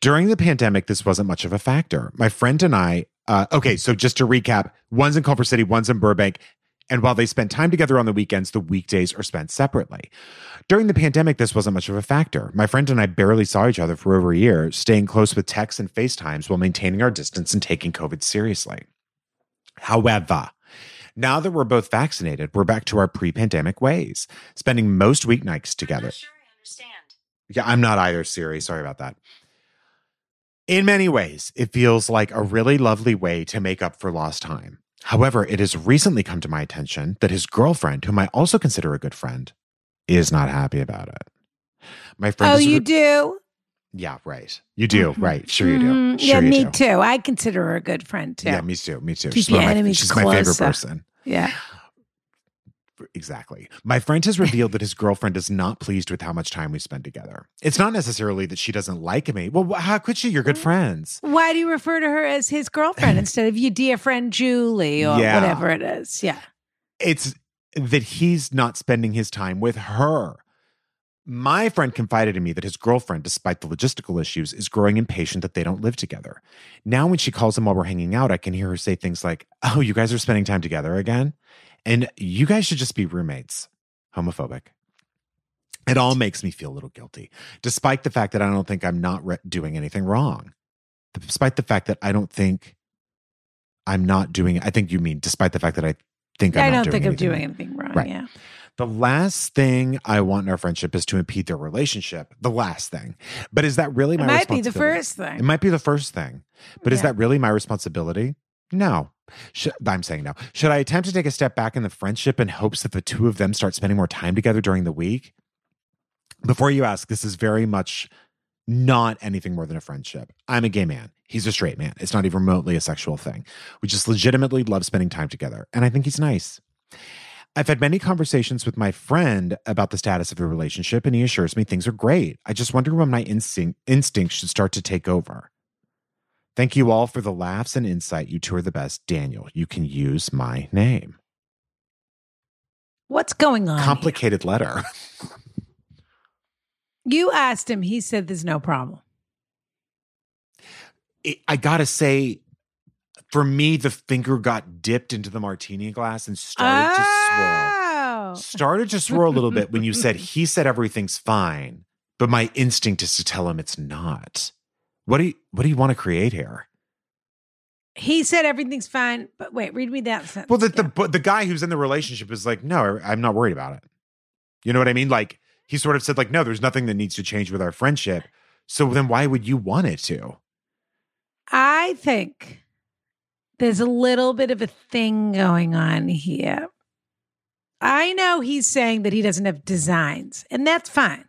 A: During the pandemic, this wasn't much of a factor. My friend and I, uh, okay, so just to recap, one's in Culver City, one's in Burbank. And while they spend time together on the weekends, the weekdays are spent separately. During the pandemic, this wasn't much of a factor. My friend and I barely saw each other for over a year, staying close with texts and FaceTimes while maintaining our distance and taking COVID seriously. However, now that we're both vaccinated, we're back to our pre pandemic ways, spending most weeknights together. Yeah, I'm not either, Siri. Sorry about that. In many ways, it feels like a really lovely way to make up for lost time. However, it has recently come to my attention that his girlfriend, whom I also consider a good friend, is not happy about it. My friend
B: Oh,
A: is
B: you
A: re-
B: do?
A: Yeah, right. You do,
B: Mhm.
A: right. Sure you do.
B: Mhm.
A: Sure
B: yeah,
A: you
B: me
A: do.
B: too. I consider her a good friend too.
A: Yeah,
B: Yeah.
A: me too. Me too.
B: Keep
A: She's, one
B: your
A: of my,
B: enemies
A: she's my favorite
B: closer.
A: person. Exactly. My friend has revealed that his girlfriend is not pleased with how much time we spend together. It's not necessarily that she doesn't like me. Well, wh- how could she? You're good friends.
B: Why do you refer to her as his girlfriend instead of your dear friend Julie or
A: Yeah.
B: whatever it is? Yeah.
A: It's that he's not spending his time with her. My friend confided in me that his girlfriend, despite the logistical issues, is growing impatient that they don't live together. Now, when she calls him while we're hanging out, I can hear her say things like, Oh, you guys are spending time together again? And you guys should just be roommates. Homophobic. It all makes me feel a little guilty, despite the fact that I don't think I'm not re- doing anything wrong. Despite the fact that I don't think I'm not doing I think you mean despite the fact that I think I'm
B: I
A: not
B: don't think I'm
A: anything
B: doing anything wrong.
A: Right.
B: Yeah.
A: the last thing I want in our friendship is to impede their relationship. The last thing. But is that really
B: It
A: my
B: might be
A: responsibility?
B: the first
A: It
B: thing.
A: might be the first thing. But is
B: Yeah.
A: that really my responsibility? No. Should, I'm saying no. Should I attempt to take a step back in the friendship in hopes that the two of them start spending more time together during the week? Before you ask, this is very much not anything more than a friendship. I'm a gay man. He's a straight man. It's not even remotely a sexual thing. We just legitimately love spending time together. And I think he's nice. I've had many conversations with my friend about the status of the relationship, and he assures me things are great. I just wonder when my instinct instinct should start to take over. Thank you all for the laughs and insight. You two are the best. Daniel, you can use my name.
B: What's going on? here?
A: Complicated letter.
B: You asked him. He said there's no problem.
A: It- I gotta say, for me, the finger got dipped into the martini glass and started
B: oh.
A: to swirl. Started to swirl a little bit when you said he said everything's fine, but my instinct is to tell him it's not. What do you what do you want to create here?
B: Oh. He said everything's fine. But wait, read me that sentence.
A: Well, that
B: Yeah.
A: the but the guy who's in the relationship is like, no, I'm not worried about it. You know what I mean? Like he sort of said, like, no, there's nothing that needs to change with our friendship. So then why would you want it to?
B: I think there's a little bit of a thing going on here. I know he's saying that he doesn't have designs, and that's fine.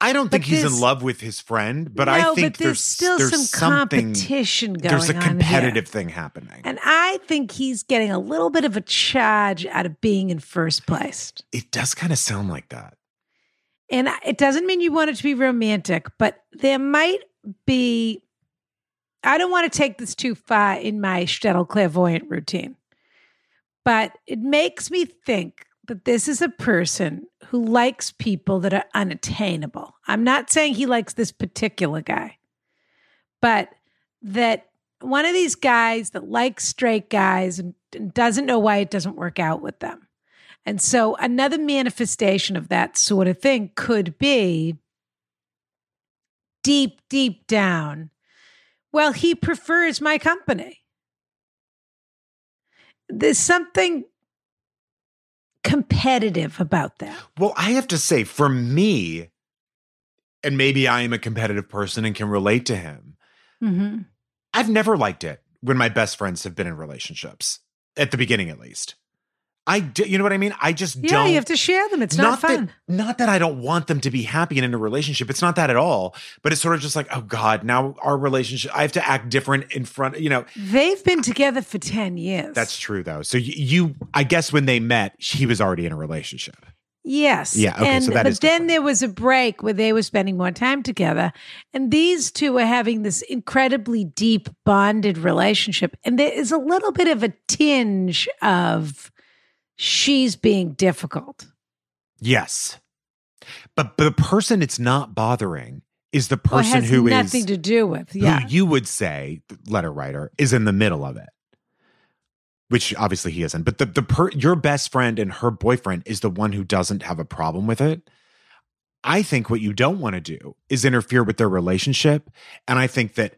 A: I don't think
B: But
A: he's in
B: this-
A: love with his friend, but
B: no,
A: I think
B: but there's, still some
A: something-
B: competition going
A: There's a
B: on here.
A: competitive thing happening.
B: And I think he's getting a little bit of a charge out of being in first place.
A: it does kind of sound like that.
B: And I- it doesn't mean you want it to be romantic, but there might be. I don't want to take this too far in my shtetl clairvoyant routine, but it makes me think that this is a person who likes people that are unattainable. I'm not saying he likes this particular guy, but that one of these guys that likes straight guys and, and doesn't know why it doesn't work out with them. And so another manifestation of that sort of thing could be deep, deep down, well, he prefers my company. There's something competitive about that.
A: Well, I have to say, for me, and maybe I am a competitive person and can relate to him,
B: Mm-hmm.
A: I've never liked it when my best friends have been in relationships, at the beginning at least. I do, you know what I mean? I just
B: Yeah,
A: don't.
B: you have to share them. It's not, fun.
A: That, not that I don't want them to be happy and in a relationship. It's not that at all. But it's sort of just like, oh God, now our relationship, I have to act different in front, you know.
B: They've been together for 10 years.
A: That's true though. So y- you, I guess when they met, he was already in a relationship.
B: Yes.
A: Yeah, okay,
B: And,
A: so that
B: but
A: is
B: then
A: different.
B: there was a break where they were spending more time together. And these two were having this incredibly deep bonded relationship. And there is a little bit of a tinge of she's being difficult.
A: Yes. But the person it's not bothering is the
B: Or
A: person
B: Oh, has
A: who is
B: nothing to do with. Yeah.
A: who you would say the letter writer is in the middle of it which obviously he isn't but the, the per, your best friend and her boyfriend is the one who doesn't have a problem with it i think what you don't want to do is interfere with their relationship and i think that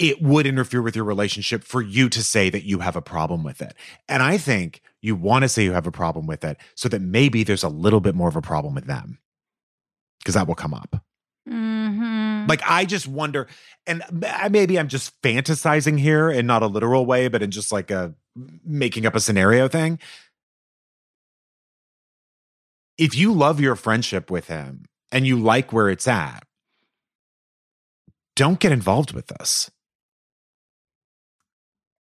A: it would interfere with your relationship for you to say that you have a problem with it and i think you want to say you have a problem with it so that maybe there's a little bit more of a problem with them because that will come up
B: Mhm.
A: like I just wonder, and m- maybe I'm just fantasizing here in not a literal way, but in just like a making up a scenario thing. If you love your friendship with him and you like where it's at, don't get involved with this.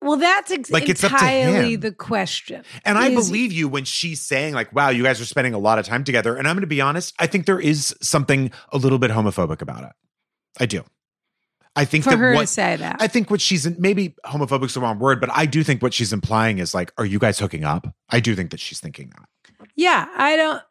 B: well, that's ex-
A: Like, it's up to
B: entirely
A: him.
B: the question.
A: And I
B: Is-
A: believe you when she's saying, like, wow, you guys are spending a lot of time together. And I'm going to be honest, I think there is something a little bit homophobic about it. I do. I think
B: for
A: that
B: her
A: what,
B: to say that.
A: I think what she's maybe homophobic's the wrong word, but I do think what she's implying is like, are you guys hooking up? I do think that she's thinking that.
B: Yeah, I don't.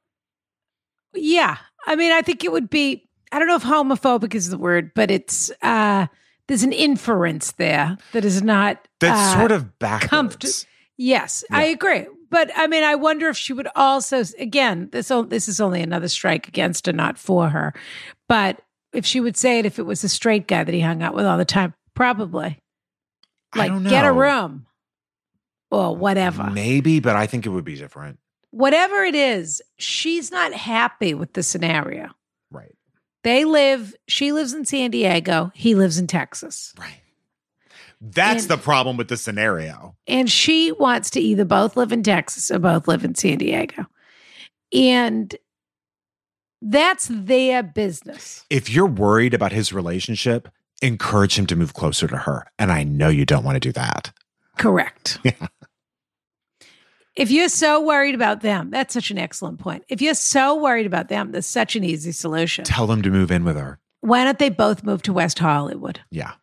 B: Yeah, I mean, I think it would be. I don't know if homophobic is the word, but it's uh there's an inference there that is not.
A: That's
B: uh,
A: sort of backwards.
B: Yes, I agree. But I mean, I wonder if she would also. Again, this o- this is only another strike against her, not for her. But if she would say it, if it was a straight guy that he hung out with all the time, probably
A: I
B: like
A: don't
B: get a
A: know.
B: room or whatever
A: Maybe, but I think it would be different.
B: whatever it is, she's not happy with the scenario.
A: Right.
B: They live, she lives in San Diego, he lives in Texas.
A: Right. That's
B: And-
A: the problem with the scenario.
B: And she wants to either both live in Texas or both live in San Diego. And that's their business.
A: If you're worried about his relationship, encourage him to move closer to her. And I know you don't want to do that.
B: Correct. If you're so worried about them, that's such an excellent point. If you're so worried about them, that's such an easy solution.
A: Tell him to move in with her.
B: Why don't they both move to West Hollywood?
A: Yeah.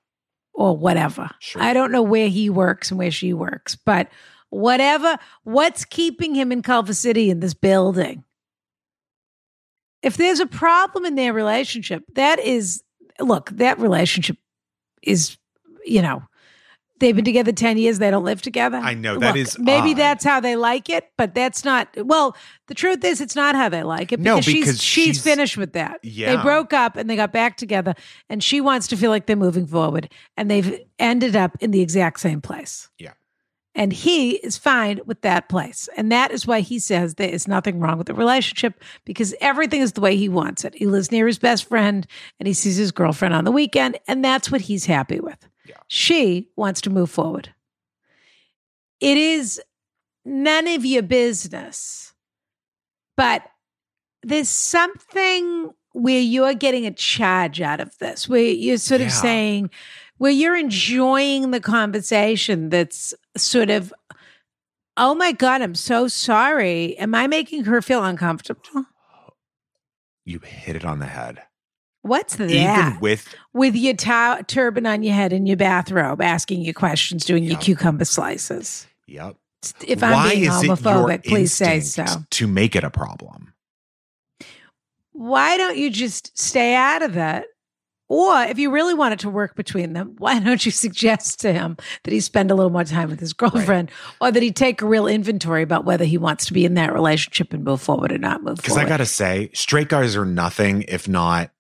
B: or whatever.
A: Sure.
B: I don't know where he works and where she works, but whatever, what's keeping him in Culver City in this building? If there's a problem in their relationship, that is, look, that relationship is, you know, they've been together 10 years, they don't live together.
A: I know, that
B: Look,
A: is
B: Maybe
A: odd.
B: that's how they like it, but that's not, well, the truth is, it's not how they like it
A: No,
B: she's,
A: because
B: she's
A: she's-
B: finished with that. They
A: Yeah.
B: broke up and they got back together, and she wants to feel like they're moving forward, and they've ended up in the exact same place.
A: Yeah.
B: And he is fine with that place. And that is why he says there is nothing wrong with the relationship because everything is the way he wants it. He lives near his best friend and he sees his girlfriend on the weekend, and that's what he's happy with.
A: Yeah.
B: She wants to move forward. It is none of your business, but there's something where you're getting a charge out of this, where you're sort of
A: Yeah.
B: saying, where you're enjoying the conversation that's sort of, oh my God, I'm so sorry. Am I making her feel uncomfortable?
A: You hit it on the head.
B: What's that?
A: Even with
B: With your ta- turban on your head and your bathrobe, asking your questions, doing your
A: Yeah.
B: cucumber slices.
A: Yep.
B: If I'm being homophobic, please say so.
A: instinct To make it a problem.
B: why don't you just stay out of it? Or if you really want it to work between them, why don't you suggest to him that he spend a little more time with his girlfriend or that he take a real inventory about whether he wants to be in that relationship and move forward or not move
A: Because
B: forward?
A: I got to say, straight guys are nothing if not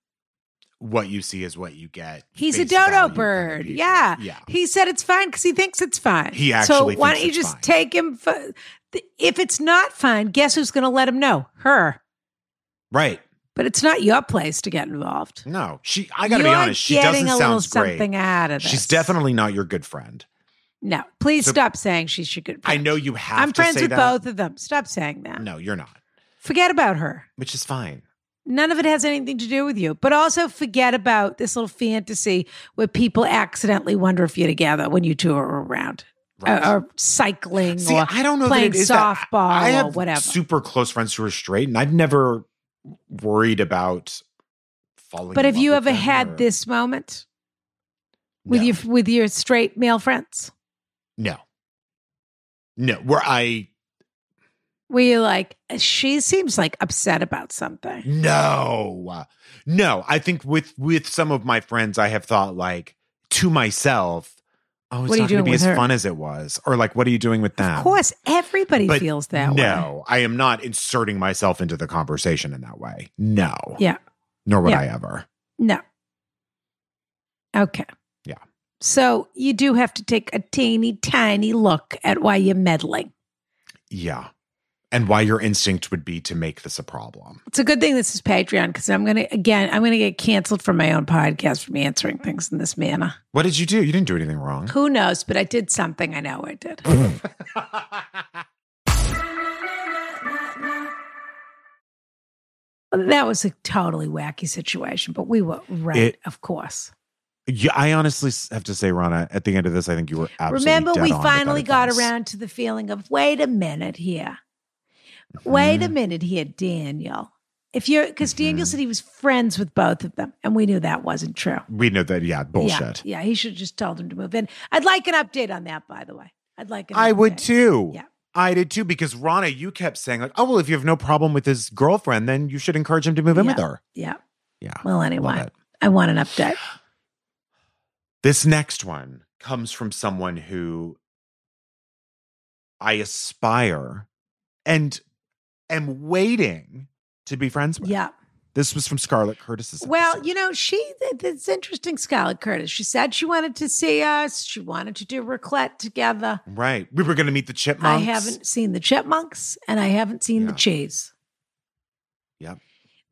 A: what you see is what you get.
B: He's a
A: face value
B: dodo
A: kind of
B: bird.
A: people.
B: yeah.
A: Yeah.
B: He said it's fine because he thinks it's fine.
A: He
B: So
A: actually
B: why
A: thinks
B: don't you
A: it's
B: just
A: fine.
B: take him? For, if it's not fine, guess who's going to let him know? Her.
A: Right.
B: But it's not your place to get involved.
A: No. She I gotta be
B: You're
A: honest, she
B: getting
A: doesn't
B: a little
A: sound great.
B: something out of this.
A: She's definitely not your good friend.
B: no. Please
A: So-
B: stop saying she's your good.
A: I
B: friend.
A: know you have
B: I'm
A: to
B: friends
A: say
B: with
A: that.
B: both of them. Stop saying that.
A: No, you're not.
B: Forget about her.
A: Which is fine.
B: None of it has anything to do with you. But also forget about this little fantasy where people accidentally wonder if you're together when you two are around.
A: Right.
B: Uh, Or, or cycling
A: See,
B: or
A: I don't know
B: playing
A: that it is
B: softball
A: that. I- I have
B: or whatever.
A: super close friends who are straight, and I've never worried about falling.
B: but
A: in
B: have
A: love
B: you
A: with
B: ever
A: them
B: had
A: or-
B: this moment with
A: no,
B: your with your straight male friends
A: No, no, where I
B: where you're like, she seems like upset about something?
A: no, no. I think with with some of my friends, I have thought like to myself, "Oh, it's
B: What are you
A: not going
B: doing
A: to be
B: with
A: as
B: her?
A: fun as it was," or like, "What are you doing with them?"
B: Of course, everybody
A: But
B: feels that way.
A: No, I am not inserting myself into the conversation in that way. No,
B: Yeah.
A: nor would
B: Yeah.
A: I ever.
B: No. Okay.
A: Yeah.
B: So you do have to take a teeny tiny look at why you're meddling.
A: Yeah. And why your instinct would be to make this a problem.
B: It's a good thing this is Patreon because I'm gonna again I'm gonna get canceled from my own podcast from answering things in this manner.
A: What did you do? You didn't do anything wrong.
B: Who knows? But I did something. I know I did. that was a totally wacky situation, but we were right,
A: It-
B: of course.
A: yeah, I honestly s- have to say, Rana, at the end of this, I think you were absolutely.
B: Remember,
A: dead
B: we
A: on with that
B: finally got
A: advice.
B: around to the feeling of wait a minute here. Wait
A: Mm-hmm.
B: a minute here, Daniel. If you're because Daniel said he was friends with both of them, and we knew that wasn't true.
A: We know that, yeah, bullshit.
B: Yeah, yeah he should have just told him to move in. I'd like an update on that, by the way. I'd like an
A: I would
B: update.
A: too.
B: Yeah.
A: I did too, because Rana, you kept saying, like, oh, well, if you have no problem with his girlfriend, then you should encourage him to move in with
B: Yeah.
A: her.
B: Yeah.
A: Yeah.
B: Well,
A: Love
B: anyway,
A: it.
B: I want an update.
A: This next one comes from someone who I aspire and am waiting to be friends with.
B: Yeah.
A: This was from Scarlett Curtis's.
B: Well,
A: episode.
B: you know, she th- it's interesting, Scarlett Curtis. She said she wanted to see us. She wanted to do raclette together.
A: right. We were going to meet the
B: I
A: chipmunks.
B: haven't seen the chipmunks and I haven't seen the
A: Yeah.
B: cheese.
A: Yep.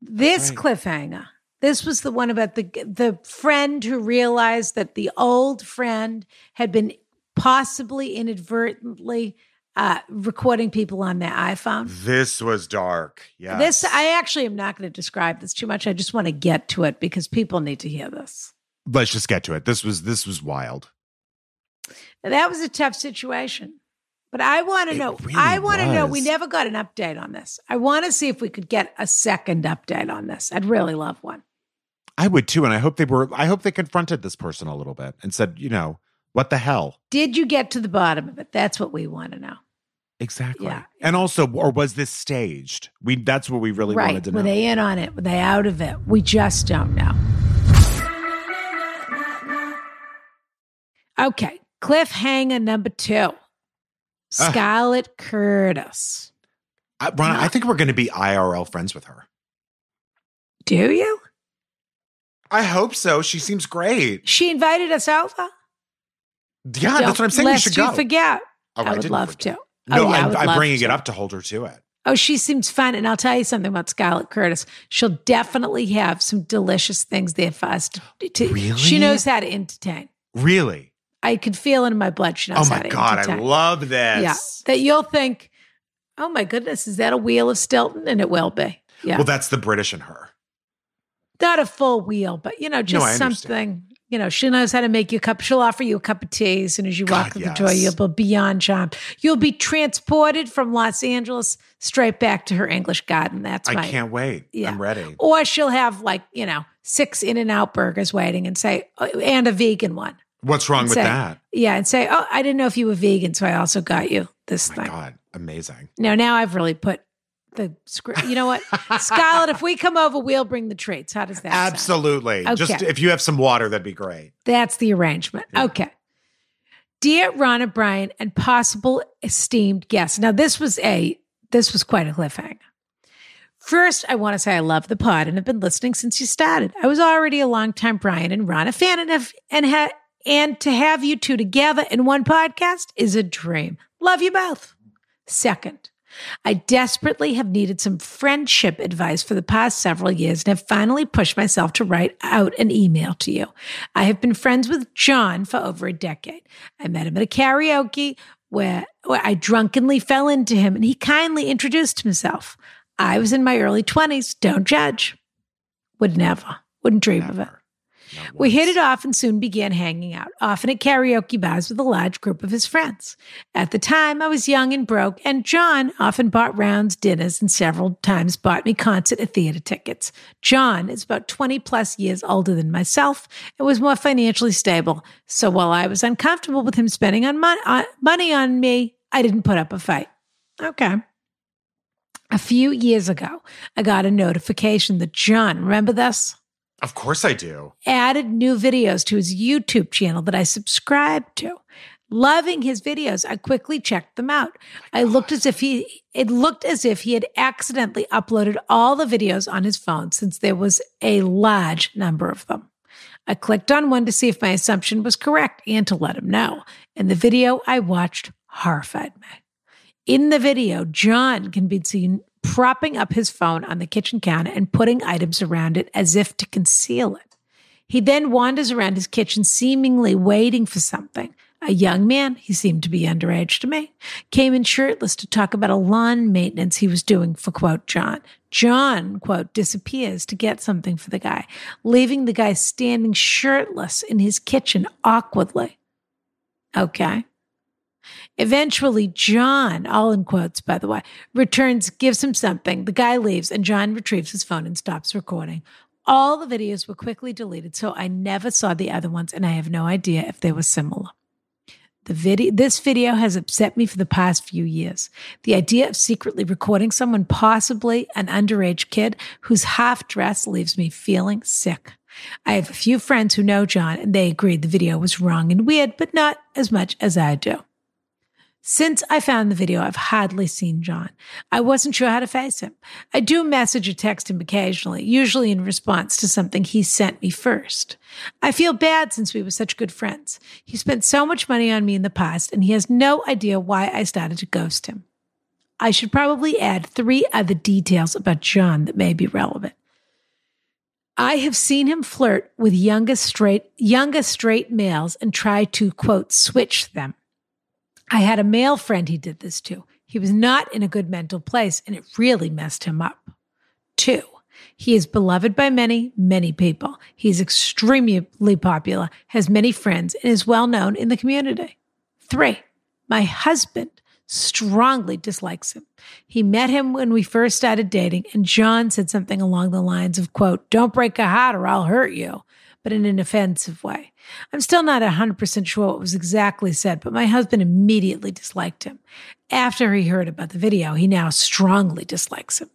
B: This
A: right.
B: cliffhanger. This was the one about the the friend who realized that the old friend had been possibly inadvertently uh, recording people on their iPhone.
A: This was dark. Yeah.
B: This I actually am not going to describe this too much. I just want to get to it because people need to hear this.
A: Let's just get to it. This was this was wild.
B: Now, that was a tough situation. But I want to
A: It
B: know.
A: really
B: I want to know. We
A: was.
B: never got an update on this. I want to see if we could get a second update on this. I'd really love one.
A: I would too, and I hope they were. I hope they confronted this person a little bit and said, you know, what the hell
B: Did you get to the bottom of it? That's what we want to know.
A: exactly?
B: Yeah.
A: And also, or was this staged? We that's what we really
B: right.
A: wanted to
B: Were
A: know.
B: they in on it? Were they out of it? We just don't know. Okay. Cliffhanger number two.
A: Ah.
B: Scarlett Curtis.
A: I, Ronna, I think we're going to be IRL friends with her.
B: Do you?
A: I hope so. She seems great.
B: She invited us over.
A: Yeah, Ah, that's what I'm saying. We
B: Lest
A: should go.
B: You forget.
A: Oh,
B: I, would
A: didn't
B: love
A: forget.
B: to.
A: No,
B: oh, yeah, I
A: I'm,
B: would
A: I'm
B: love
A: bringing
B: to.
A: it up to hold her to it.
B: Oh, she seems fun. And I'll tell you something about Scarlett Curtis. She'll definitely have some delicious things there for us to, to
A: Really?
B: She knows how to entertain.
A: Really?
B: I could feel it in my blood. She knows
A: oh
B: how
A: my
B: to
A: god, I
B: entertain.
A: love
B: Yeah.
A: this.
B: That you'll think, oh my goodness, is that a wheel of Stilton? And it will be. Yeah.
A: Well, that's the British in her.
B: Not a full wheel, but you know, just
A: I understand.
B: something. You know, she knows how to make you a cup. She'll offer you a cup of tea as soon as you
A: God,
B: walk through the door.
A: yes.
B: You'll be beyond charmed. You'll be transported from Los Angeles straight back to her English garden. That's
A: I
B: my
A: can't wait.
B: Yeah.
A: I'm ready.
B: Or she'll have like, you know, six In and Out burgers waiting and say, oh, and a vegan one.
A: What's wrong with
B: Say-
A: that?
B: Yeah. And say, oh, I didn't know if you were vegan. So I also got you this
A: My
B: thing.
A: god, amazing.
B: No, now I've really put the script. You know what? Scarlett, if we come over, we'll bring the treats. How does that sound?
A: Absolutely. Just
B: Okay.
A: if you have some water, that'd be great.
B: That's the arrangement. Okay. Dear Ron O'Brien and possible esteemed guests. Now this was a this was quite a cliffhanger. First, I want to say I love the pod and have been listening since you started. I was already a longtime Brian and Rana fan, and have, and ha- and to have you two together in one podcast is a dream. Love you both. Second, I desperately have needed some friendship advice for the past several years and have finally pushed myself to write out an email to you. I have been friends with John for over a decade. I met him at a karaoke where, where I drunkenly fell into him and he kindly introduced himself. I was in my early 20s. Don't judge. Would never, wouldn't dream of it.
A: Never. Not
B: We
A: once.
B: hit it off and soon began hanging out, often at karaoke bars with a large group of his friends. At the time, I was young and broke, and John often bought rounds, dinners, and several times bought me concert and theater tickets. John is about 20 plus years older than myself and was more financially stable. So while I was uncomfortable with him spending on mon- on- money on me, I didn't put up a fight. Okay. A few years ago, I got a notification that John, remember this?
A: Of course I do.
B: added new videos to his YouTube channel that I subscribed to. Loving his videos, I quickly checked them out. I looked as if he it looked as if he had accidentally uploaded all the videos on his phone since there was a large number of them. I clicked on one to see if my assumption was correct and to let him know. And the video I watched horrified me. In the video, John can be seen propping up his phone on the kitchen counter and putting items around it as if to conceal it. He then wanders around his kitchen, seemingly waiting for something. A young man, he seemed to be underage to me, came in shirtless to talk about a lawn maintenance he was doing for, quote, John. John, quote, disappears to get something for the guy, leaving the guy standing shirtless in his kitchen awkwardly. Okay. Eventually, John, all in quotes, by the way, returns, gives him something. The guy leaves, and John retrieves his phone and stops recording. All the videos were quickly deleted, so I never saw the other ones, and I have no idea if they were similar. The video, this video has upset me for the past few years. The idea of secretly recording someone, possibly an underage kid who's half dressed, leaves me feeling sick. I have a few friends who know John, and they agreed the video was wrong and weird, but not as much as I do. Since I found the video, I've hardly seen John. I wasn't sure how to face him. I do message or text him occasionally, usually in response to something he sent me first. I feel bad since we were such good friends. He spent so much money on me in the past, and he has no idea why I started to ghost him. I should probably add three other details about John that may be relevant. I have seen him flirt with younger straight younger straight males and try to quote switch them. I had a male friend he did this to. He was not in a good mental place and it really messed him up. Two, he is beloved by many, many people. He is extremely popular, has many friends, and is well known in the community. Three, my husband strongly dislikes him. He met him when we first started dating, and John said something along the lines of, quote, don't break a heart or I'll hurt you, but in an offensive way. I'm still not 100% sure what was exactly said, but my husband immediately disliked him. After he heard about the video, he now strongly dislikes him.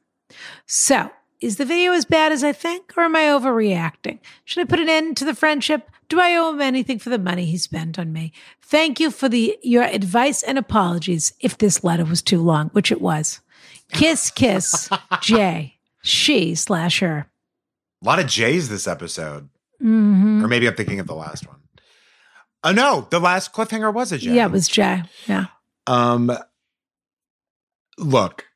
B: So, is the video as bad as I think, or am I overreacting? Should I put an end to the friendship? Do I owe him anything for the money he spent on me? Thank you for the your advice and apologies if this letter was too long, which it was. Kiss, kiss, J, she slash her.
A: A lot of J's this episode.
B: Mm-hmm.
A: Or maybe I'm thinking of the last one. Oh no, the last cliffhanger was a J.
B: Yeah, it was J. Yeah.
A: Um, look,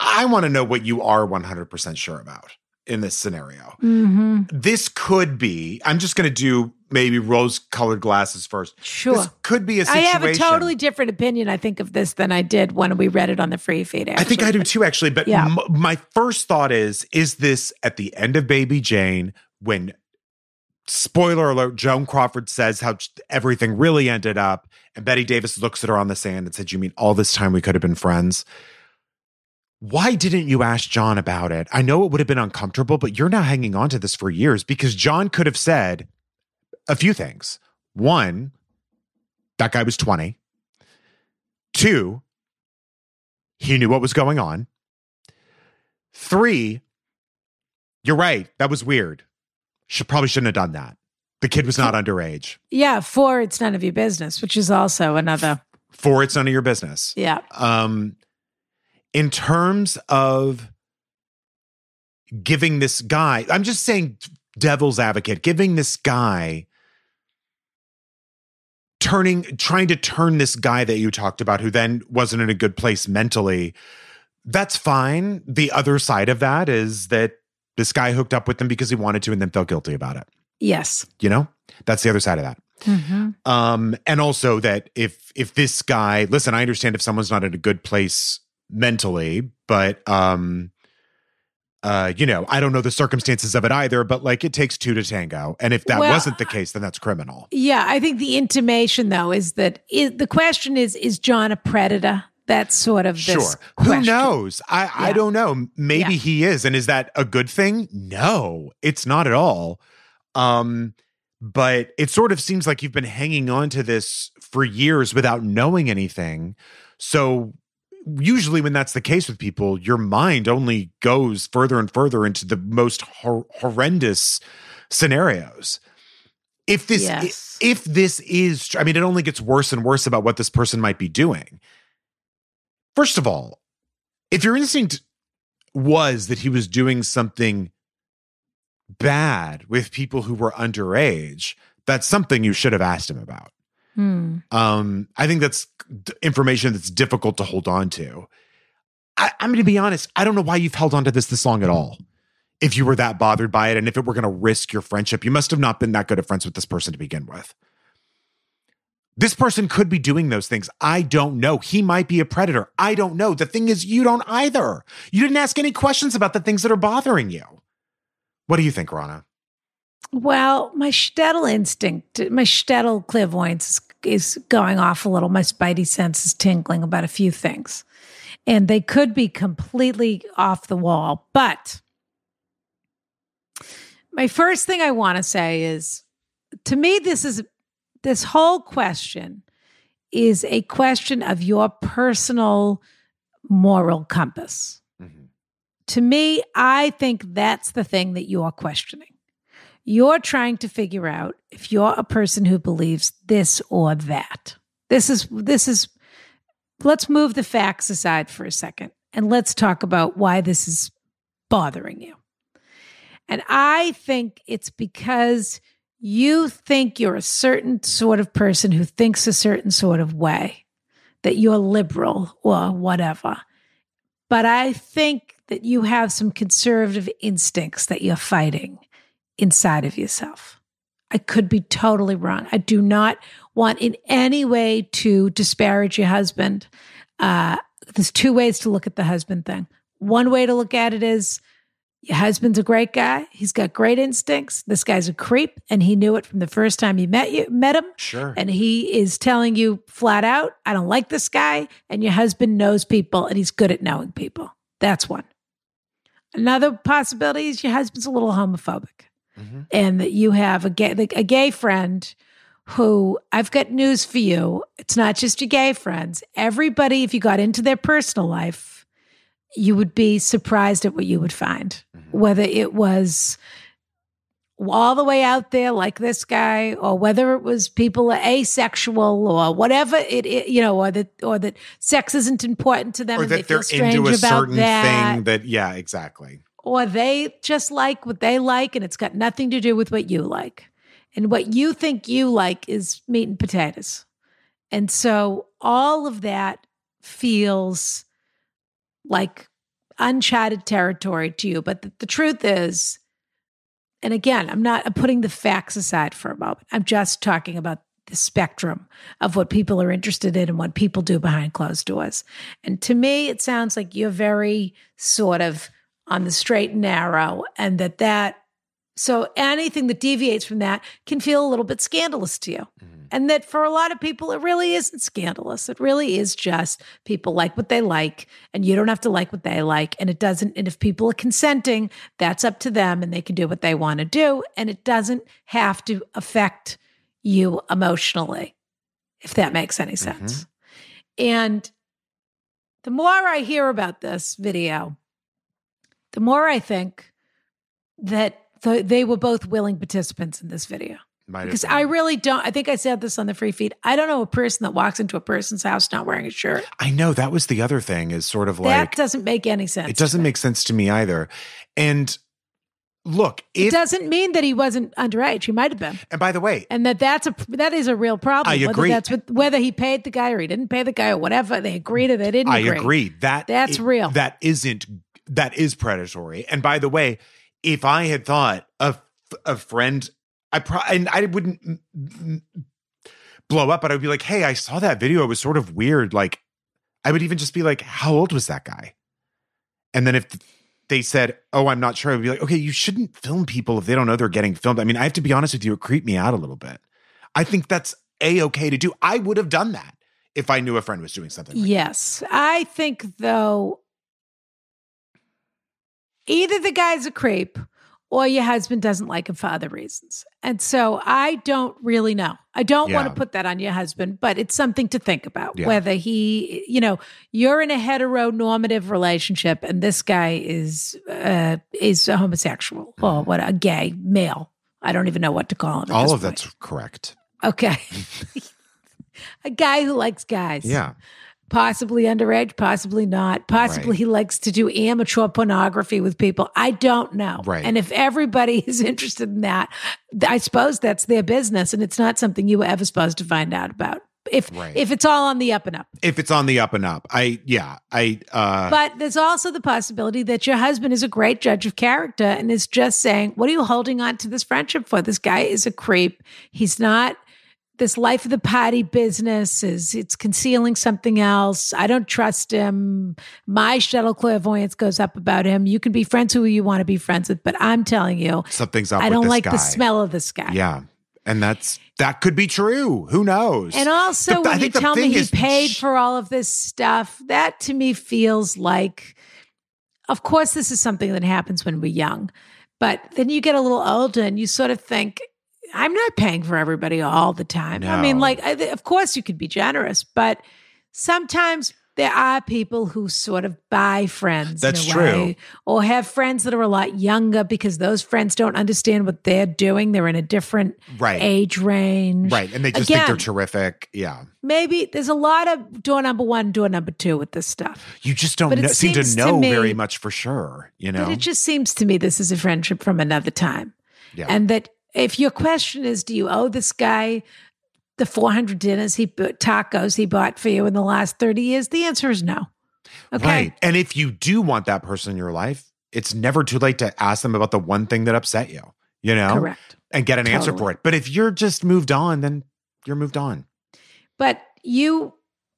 A: I want to know what you are 100% sure about in this scenario.
B: Mm-hmm.
A: This could be, I'm just going to do maybe rose colored glasses first.
B: Sure.
A: This could be a
B: I
A: situation.
B: have a totally different opinion, I think, of this than I did when we read it on the free feed.
A: I think I do too, actually. But
B: Yeah.
A: m- my first thought is is this at the end of Baby Jane when, spoiler alert, Joan Crawford says how j- everything really ended up? And Betty Davis looks at her on the sand and said, You mean all this time we could have been friends? Why didn't you ask John about it? I know it would have been uncomfortable, but you're now hanging on to this for years because John could have said a few things. One, that guy was 20. Two, he knew what was going on. Three, you're right. That was weird. She probably shouldn't have done that. The kid was not underage.
B: Yeah, four, it's none of your business, which is also another.
A: Four, it's none of your business.
B: Yeah.
A: Um, in terms of giving this guy, I'm just saying, devil's advocate, giving this guy, turning, trying to turn this guy that you talked about, who then wasn't in a good place mentally. That's fine. The other side of that is that this guy hooked up with them because he wanted to and then felt guilty about it.
B: Yes.
A: You know, that's the other side of that um and also that if if this guy listen i understand if someone's not in a good place mentally but um uh you know i don't know the circumstances of it either but like it takes two to tango and if that
B: Well,
A: wasn't the case then that's criminal
B: Yeah, I think the intimation though is that is, the question is is John a predator? That's sort of this
A: sure
B: question.
A: who knows i i
B: Yeah.
A: don't know maybe
B: Yeah.
A: he is and is that a good thing no it's not at all um but it sort of seems like you've been hanging on to this for years without knowing anything so usually when that's the case with people your mind only goes further and further into the most hor- horrendous scenarios if this i-
B: Yes.
A: if this is tr- i mean it only gets worse and worse about what this person might be doing first of all if your instinct was that he was doing something bad with people who were underage that's something you should have asked him about
B: Hmm.
A: um, I think that's d- information that's difficult to hold on to. I, I'm going to be honest. I don't know why you've held on to this this long at all. If you were that bothered by it, and if it were going to risk your friendship, you must have not been that good of friends with this person to begin with. This person could be doing those things. I don't know. He might be a predator. I don't know. The thing is, you don't either. You didn't ask any questions about the things that are bothering you. What do you think, Rana?
B: Well, my shtetl instinct, my shtetl clairvoyance is, is going off a little. My spidey sense is tingling about a few things. And they could be completely off the wall. But my first thing I want to say is to me, this is this whole question is a question of your personal moral compass to me, I think that's the thing that you're questioning. You're trying to figure out if you're a person who believes this or that. This is this is let's move the facts aside for a second and let's talk about why this is bothering you. And I think it's because you think you're a certain sort of person who thinks a certain sort of way, that you're liberal or whatever but I think that you have some conservative instincts that you're fighting inside of yourself. I could be totally wrong. I do not want in any way to disparage your husband. Uh, there's two ways to look at the husband thing. One way to look at it is your husband's a great guy. He's got great instincts. This guy's a creep, and he knew it from the first time you met you met him.
A: Sure.
B: And he is telling you flat out, I don't like this guy. And your husband knows people and he's good at knowing people. That's one. Another possibility is your husband's a little homophobic
A: Mhm.
B: and that you have a gay, like a gay friend who I've got news for you. It's not just your gay friends. Everybody, if you got into their personal life, you would be surprised at what you would find,
A: Mm-hmm.
B: whether it was all the way out there like this guy or whether it was people are asexual or whatever it, it you know or that or that sex isn't important to them
A: Or
B: and
A: that
B: they
A: they're
B: feel strange
A: into a
B: about
A: certain
B: that
A: thing that, yeah, exactly.
B: or they just like what they like and it's got nothing to do with what you like and what you think you like is meat and potatoes and so all of that feels like uncharted territory to you but the, the truth is and again i'm not I'm putting the facts aside for a moment i'm just talking about the spectrum of what people are interested in and what people do behind closed doors and to me it sounds like you're very sort of on the straight and narrow and that that so anything that deviates from that can feel a little bit scandalous to you and that for a lot of people it really isn't scandalous it really is just people like what they like and you don't have to like what they like and it doesn't and if people are consenting that's up to them and they can do what they want to do and it doesn't have to affect you emotionally if that makes any sense and the more i hear about this video the more I think that th- they were both willing participants in this video.
A: Might have
B: Because
A: been.
B: I really don't. I think I said this on the free feed. I don't know a person that walks into a person's house not wearing a shirt.
A: I know that was the other thing is sort of
B: that
A: like
B: doesn't make any sense.
A: it doesn't make sense to me either. And look,
B: It
A: if
B: doesn't mean that he wasn't underage. He might have been,
A: and by the way,
B: and that that's a that is a real problem.
A: I
B: whether
A: agree.
B: That's with, whether he paid the guy or he didn't pay the guy or whatever. They agreed or they didn't.
A: I agree that
B: That's
A: it-
B: real.
A: That isn't that is predatory. And by the way, if I had thought of a friend, I pro- and I wouldn't mm, mm, blow up, but I'd be like, hey, I saw that video. It was sort of weird. Like, I would even just be like, how old was that guy? And then if they said, oh, I'm not sure, I'd be like, okay, you shouldn't film people if they don't know they're getting filmed. I mean, I have to be honest with you, it creeped me out a little bit. I think that's a okay to do. I would have done that if I knew a friend was doing something. Like
B: Yes, I think though, either the guy's a creep or your husband doesn't like him for other reasons, and so I don't really know. I don't want
A: Yeah.
B: to put that on your husband, but it's something to think about
A: Yeah.
B: whether he, you know, you're in a heteronormative relationship, and this guy is uh, is a homosexual or what a gay male. I don't even know what to call him. at
A: Mm-hmm. All
B: this
A: of
B: point.
A: that's correct.
B: okay. a guy who likes guys
A: Yeah.
B: possibly underage, possibly not. Possibly
A: Right.
B: he likes to do amateur pornography with people. I don't know.
A: Right.
B: And if everybody is interested in that, th- I suppose that's their business, and it's not something you were ever supposed to find out about. If
A: Right.
B: if it's all on the up and up,
A: If it's on the up and up, I, yeah, I, uh,
B: but there's also the possibility that your husband is a great judge of character and is just saying, What are you holding on to this friendship for? This guy is a creep. He's not this life of the party business is it's concealing something else. I don't trust him. My shuttle clairvoyance goes up about him. You can be friends who you want to be friends with, but I'm telling you,
A: something's up
B: I
A: with
B: don't
A: this
B: like
A: guy.
B: the smell of this guy.
A: Yeah. And that's, that could be true. Who knows?
B: And also,
A: The- I
B: when you
A: think the
B: tell me
A: thing
B: he
A: is-
B: paid for all of this stuff, that to me feels like, of course, this is something that happens when we're young. But then you get a little older and you sort of think, I'm not paying for everybody all the time. I mean,
A: No.
B: like, I, of course, you could be generous, but sometimes there are people who sort of buy friends. in
A: That's
B: a
A: true.
B: way, or have friends that are a lot younger because those friends don't understand what they're doing. They're in a different
A: right.
B: age range
A: right. And they just think
B: Again.
A: they're terrific. Yeah.
B: maybe there's a lot of door number one, door number two with this stuff.
A: You just don't
B: But it
A: know, seem
B: seems
A: to
B: to
A: know
B: me-
A: very much for sure, you know?
B: But it just seems to me this is a friendship from another time.
A: Yeah.
B: And that if your question is, do you owe this guy the 400 dinners he bought, tacos he bought for you in the last 30 years? The answer is no. Okay.
A: Right. And if you do want that person in your life, it's never too late to ask them about the one thing that upset you, you know,
B: Correct.
A: and get an answer
B: Totally.
A: for it. But if you're just moved on, then you're moved on.
B: But you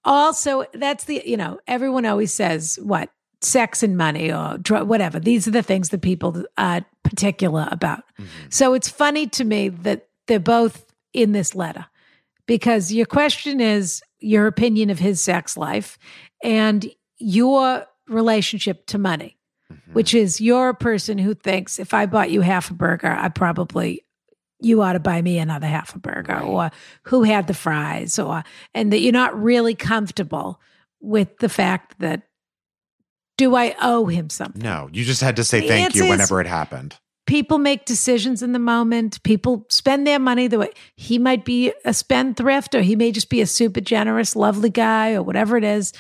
B: also, that's the, you know, everyone always says what? Sex and money or dr- whatever. These are the things that people are particular about. So it's funny to me that they're both in this letter because your question is your opinion of his sex life and your relationship to money,
A: Mm-hmm.
B: which is you're a person who thinks if I bought you half a burger, I probably you ought to buy me another half a burger or who had the fries or and that you're not really comfortable with the fact that do I owe him something?
A: No, you just had to say
B: The
A: thank
B: answer
A: you
B: is-
A: whenever it happened.
B: people make decisions in the moment. People spend their money the way he might be a spendthrift or he may just be a super generous, lovely guy or whatever it is.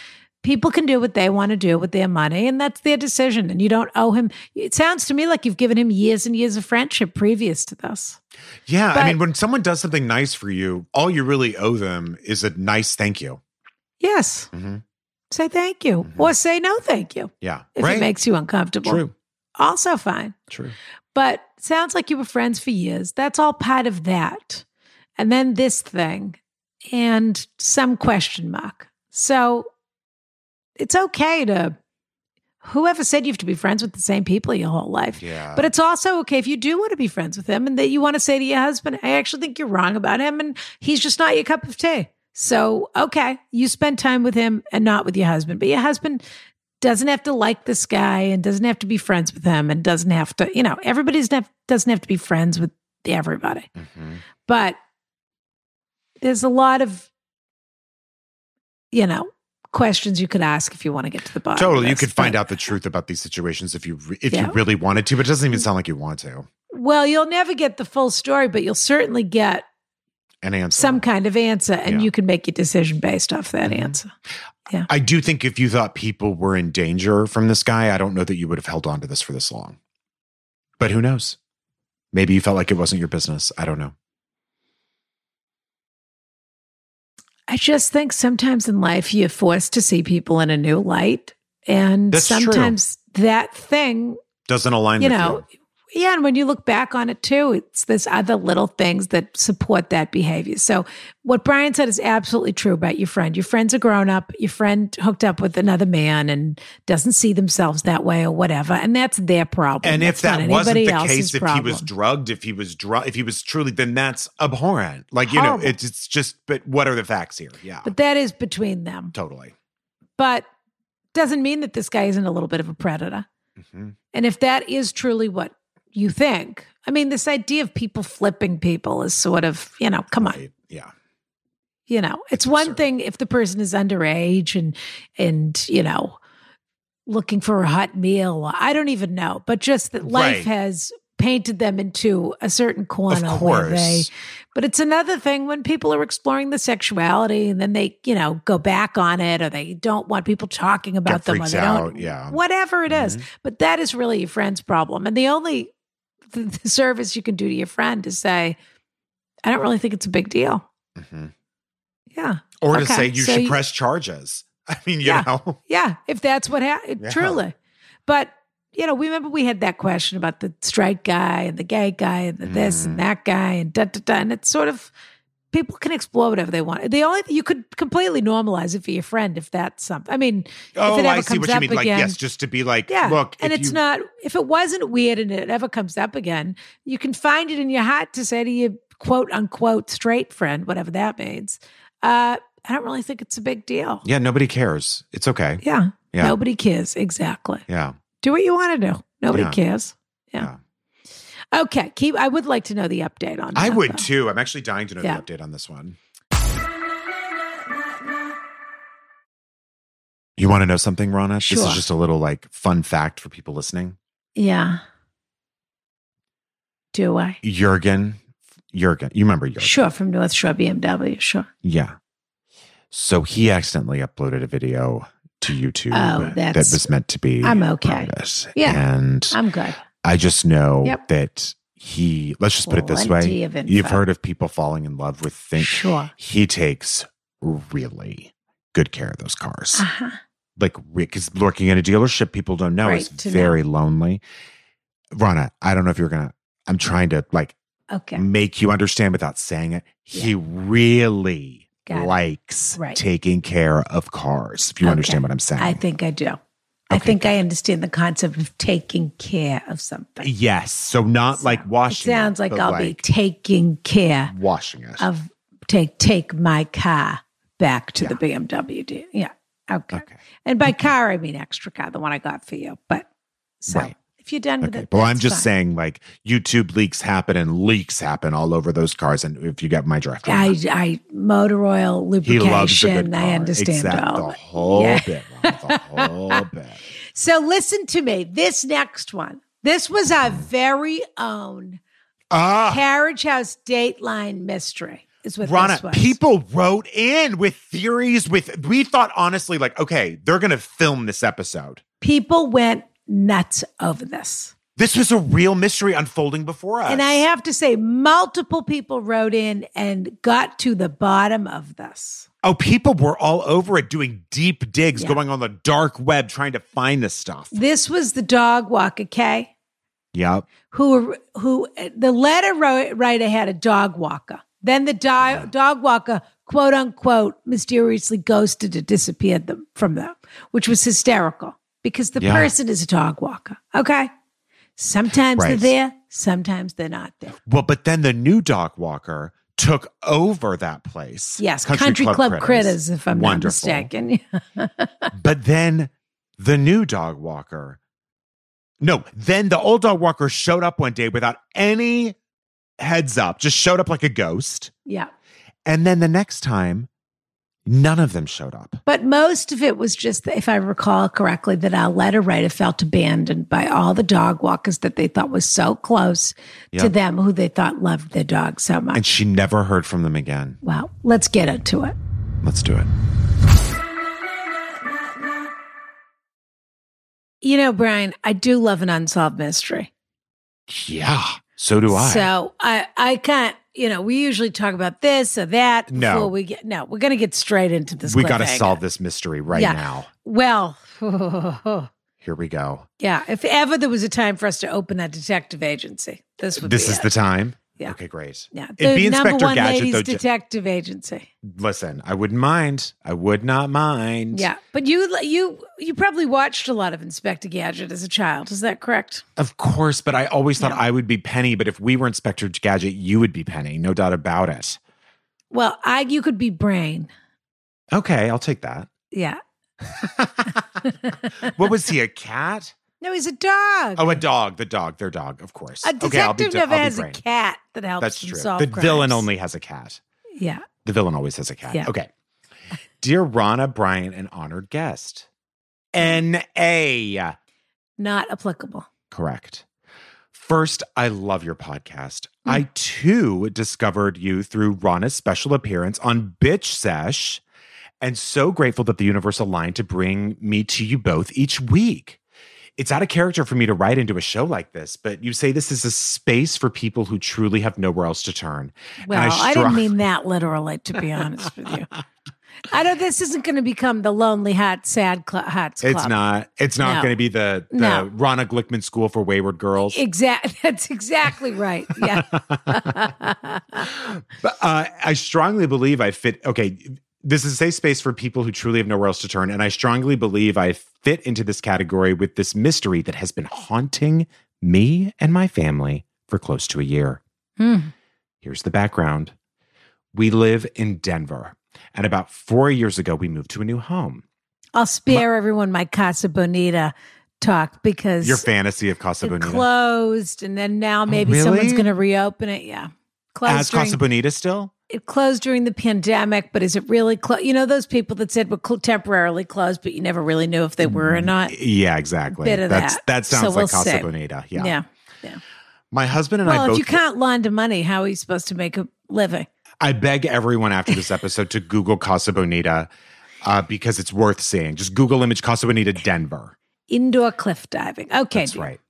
B: People can do what they want to do with their money, and that's their decision. And you don't owe him. It sounds to me like you've given him years and years of friendship previous to this.
A: Yeah,
B: But-
A: I mean, when someone does something nice for you, all you really owe them is a nice thank you.
B: Yes.
A: Mhm.
B: Say thank you or say no thank you
A: Yeah,
B: if
A: Mm-hmm. right.
B: it makes you uncomfortable.
A: true,
B: Also, fine.
A: true.
B: But sounds like you were friends for years. That's all part of that. And then this thing and some question mark. So it's okay to whoever said you have to be friends with the same people your whole life.
A: Yeah,
B: But it's also okay if you do want to be friends with him and that you want to say to your husband, I actually think you're wrong about him and he's just not your cup of tea. So, okay, you spend time with him and not with your husband, but your husband doesn't have to like this guy and doesn't have to be friends with him and doesn't have to, you know, everybody doesn't have- doesn't have to be friends with everybody.
A: Mhm.
B: But there's a lot of, you know, questions you could ask if you want to get to the bottom.
A: totally. You could find out the truth about these situations if you re- if
B: Yeah. Mm.
A: you really wanted to, but it doesn't even sound like you want to.
B: Well, you'll never get the full story, but you'll certainly get
A: An answer.
B: some kind of answer, and
A: Yeah. Mm-hmm.
B: you can make your decision based off that answer.
A: I do think if you thought people were in danger from this guy, I don't know that you would have held on to this for this long. But who knows? Maybe you felt like it wasn't your business. I don't know.
B: I just think sometimes in life you're forced to see people in a new light, and
A: That's true.
B: sometimes that thing
A: Doesn't align
B: you
A: with
B: know, yeah, and when you look back on it too, it's there's other little things that support that behavior. So what Brian said is absolutely true about your friend. Your friend's a grown up. Your friend hooked up with another man and doesn't see themselves that way or whatever, and that's their problem.
A: And if
B: That's not
A: that wasn't
B: anybody
A: the
B: else's
A: case, if he was
B: problem.
A: drugged, if he was drunk, if he was truly, then that's abhorrent. Like, you know,
B: Horrible.
A: it's, it's just, but what are the facts here? Yeah,
B: but that is between them.
A: totally.
B: But doesn't mean that this guy isn't a little bit of a predator.
A: Mhm.
B: And if that is truly what you think, I mean, this idea of people flipping people is sort of, you know, come on.
A: Right. Yeah.
B: you know it's,
A: It's
B: one
A: absurd.
B: thing if the person is underage and and you know looking for a hot meal or i don't even know but just that
A: Right.
B: life has painted them into a certain corner
A: of
B: where they
A: course.
B: but it's another thing when people are exploring the sexuality and then they you know go back on it or they don't want people talking about them or
A: freaks
B: they don't
A: out, yeah. Mm-hmm.
B: whatever it is. but that is really your friend's problem and the only the, the service you can do to your friend is say i don't really think it's a big deal
A: Mhm.
B: yeah
A: Or to
B: Okay,
A: say you
B: so
A: should
B: you-
A: press charges. I mean, you
B: Yeah.
A: know,
B: Yeah, if that's what happened,
A: Yeah.
B: truly. But you know, we remember we had that question about the straight guy and the gay guy and the this
A: Mm.
B: and that guy and da da da. And it's sort of people can explore whatever they want. The only you could completely normalize it for your friend if that's something. I mean,
A: oh,
B: if it ever
A: I see
B: comes
A: what you
B: up
A: mean.
B: again,
A: Like, yes, just to be like,
B: yeah,
A: look,
B: and
A: if
B: it's
A: you-
B: not if it wasn't weird and it ever comes up again, you can find it in your heart to say to your quote unquote straight friend, whatever that means. Uh, I don't really think it's a big deal.
A: yeah, nobody cares. It's okay.
B: Yeah.
A: Yeah.
B: Nobody cares. Exactly.
A: Yeah.
B: Do what you want to do. Nobody
A: Yeah.
B: cares. Yeah. Okay. Keep. I would like to know the update on.
A: I
B: that,
A: would
B: though.
A: too. I'm actually dying to know
B: Yeah.
A: the update on this one. You want to know something, Rana? This
B: Sure.
A: is just a little like fun fact for people listening.
B: Yeah. Do I?
A: Jurgen, Jurgen, you remember Jurgen?
B: Sure. From North Shore BMW. Sure.
A: Yeah. So he accidentally uploaded a video to YouTube
B: Oh,
A: that
B: that's-
A: was meant to be.
B: I'm okay.
A: private.
B: Yeah.
A: And
B: I'm good.
A: I just know
B: Yep.
A: that he, let's just put it this
B: Plenty
A: way.
B: of info.
A: You've heard of people falling in love with things.
B: Sure.
A: He takes really good care of those cars.
B: Uh huh.
A: Like, because working in a dealership, people don't know,
B: Great
A: it's
B: to know.
A: very lonely. Rana, I don't know if you're going to, I'm trying to like
B: Okay.
A: make you understand without saying it. He really
B: Got it.
A: likes
B: Right.
A: taking care of cars, if you
B: Okay.
A: understand what I'm saying.
B: I think I do. I
A: Okay,
B: think I understand the concept of taking care of something.
A: yes. So, not
B: So,
A: like washing
B: It sounds like
A: but
B: I'll be taking care
A: washing it.
B: of take take my car back to
A: Yeah.
B: the BMW. deal. Yeah. Okay.
A: okay.
B: And by car, I mean extra car, the one I got for you. But so
A: Right.
B: if you're done with
A: Okay.
B: it,
A: Well, I'm
B: that's
A: just
B: fine.
A: saying, like, YouTube leaks happen and leaks happen all over those cars. And if you get my drift,
B: I, I motor oil
A: he loves a good
B: lubrication.
A: car.
B: I understand
A: Exact-
B: all.
A: the whole
B: Yeah.
A: bit. Ron, The whole bit.
B: So listen to me. This next one. This was our very own
A: Ah,
B: carriage house dateline mystery. Is what this
A: Rana,
B: was.
A: people wrote in with theories. With we thought honestly, like, okay, they're gonna film this episode.
B: people went nuts over this.
A: This was a real mystery unfolding before us.
B: And I have to say, multiple people wrote in and got to the bottom of this.
A: oh, people were all over it, doing deep digs,
B: Yeah. Mm.
A: going on the dark web, trying to find this stuff.
B: This was the dog walker, okay?
A: Yep.
B: who who the letter wri- writer had a dog walker. Then the di- dog walker, quote unquote, mysteriously ghosted or disappeared them from them, which was hysterical because the
A: Yeah.
B: person is a dog walker. Okay, sometimes
A: Right.
B: they're there, sometimes they're not there.
A: Well, but then the new dog walker took over that place.
B: Yes, country, club, critters. if I'm not
A: Wonderful.
B: mistaken.
A: But then the new dog walker, no, then the old dog walker showed up one day without any heads up, just showed up like a ghost.
B: yeah,
A: And then the next time, None of them showed up.
B: But most of it was just, if I recall correctly, that our letter writer felt abandoned by all the dog walkers that they thought was so close
A: Yeah.
B: to them, who they thought loved their dog so much.
A: And she never heard from them again.
B: well, let's get into it.
A: Let's do it.
B: You know, Brian, I do love an unsolved mystery.
A: Yeah. So do I.
B: So I, I can't. You know, we usually talk about this or that.
A: No.
B: before we get no. We're going to get straight into this.
A: we got to
B: cliffhanger.
A: solve this mystery right
B: Yeah.
A: now.
B: Well,
A: Here we go.
B: yeah. If ever there was a time for us to open a detective agency, this would.
A: This
B: be
A: is
B: it.
A: the time.
B: Yeah.
A: Okay, great.
B: Yeah,
A: It'd
B: the
A: be
B: number
A: Inspector
B: one
A: Gadget,
B: ladies
A: though, J-
B: detective agency.
A: Listen, I wouldn't mind. I would not mind.
B: Yeah, but you you you probably watched a lot of Inspector Gadget as a child. Is that correct?
A: Of course, but I always thought I would be Penny. But if we were Inspector Gadget, you would be Penny. No doubt about it.
B: Well, I you could be Brain.
A: Okay, I'll take that.
B: Yeah.
A: what was he, a cat?
B: No, he's a dog.
A: Oh, a dog. The dog, their dog, of course.
B: a detective
A: de-
B: never
A: I'll be
B: has a
A: Brain.
B: cat that helps
A: That's
B: them
A: true.
B: solve
A: The
B: crimes.
A: villain only has a cat.
B: Yeah.
A: The villain always has a cat.
B: Yeah.
A: Okay. Dear Rana Bryant, an honored guest.
B: Mm.
A: N.A.
B: not applicable.
A: Correct. First, I love your podcast.
B: Hmm.
A: I too discovered you through Rana's special appearance on Bitch Sesh, and so grateful that the universe aligned to bring me to you both each week. It's out of character for me to write into a show like this, but you say this is a space for people who truly have nowhere else to turn. And
B: Well, I,
A: strong-
B: didn't mean that literally, to be honest with you. I know this isn't going to become the lonely hot sad cl- hearts club.
A: It's not. It's not
B: No.
A: going to be the the
B: No.
A: Rana Glickman School for Wayward Girls.
B: Exactly. That's exactly right. Yeah.
A: But uh, I strongly believe I fit. Okay, this is a safe space for people who truly have nowhere else to turn, and I strongly believe I fit into this category with this mystery that has been haunting me and my family for close to a year.
B: Hmm.
A: Here's the background: we live in Denver, and about four years ago, we moved to a new home.
B: I'll spare everyone my Casa Bonita talk because
A: Your fantasy of Casa
B: it
A: Bonita Oh,
B: closed, and then now maybe
A: really?
B: someone's going to reopen it. Yeah.
A: as
B: Closed during,
A: Casa Bonita still.
B: it closed during the pandemic, but is it really closed? You know those people that said we're cl- temporarily closed, but you never really knew if they were or not.
A: Mm, Yeah, exactly.
B: Bit of
A: That's
B: that. So
A: sounds
B: we'll
A: like Casa
B: see.
A: Bonita. Yeah.
B: yeah.
A: My husband and I
B: Well,
A: both
B: if you can't launder money, how are you supposed to make a living?
A: I beg everyone after this episode to Google Casa Bonita uh, because it's worth seeing. Just Google image Casa Bonita Denver.
B: Indoor cliff diving. Okay.
A: That's right.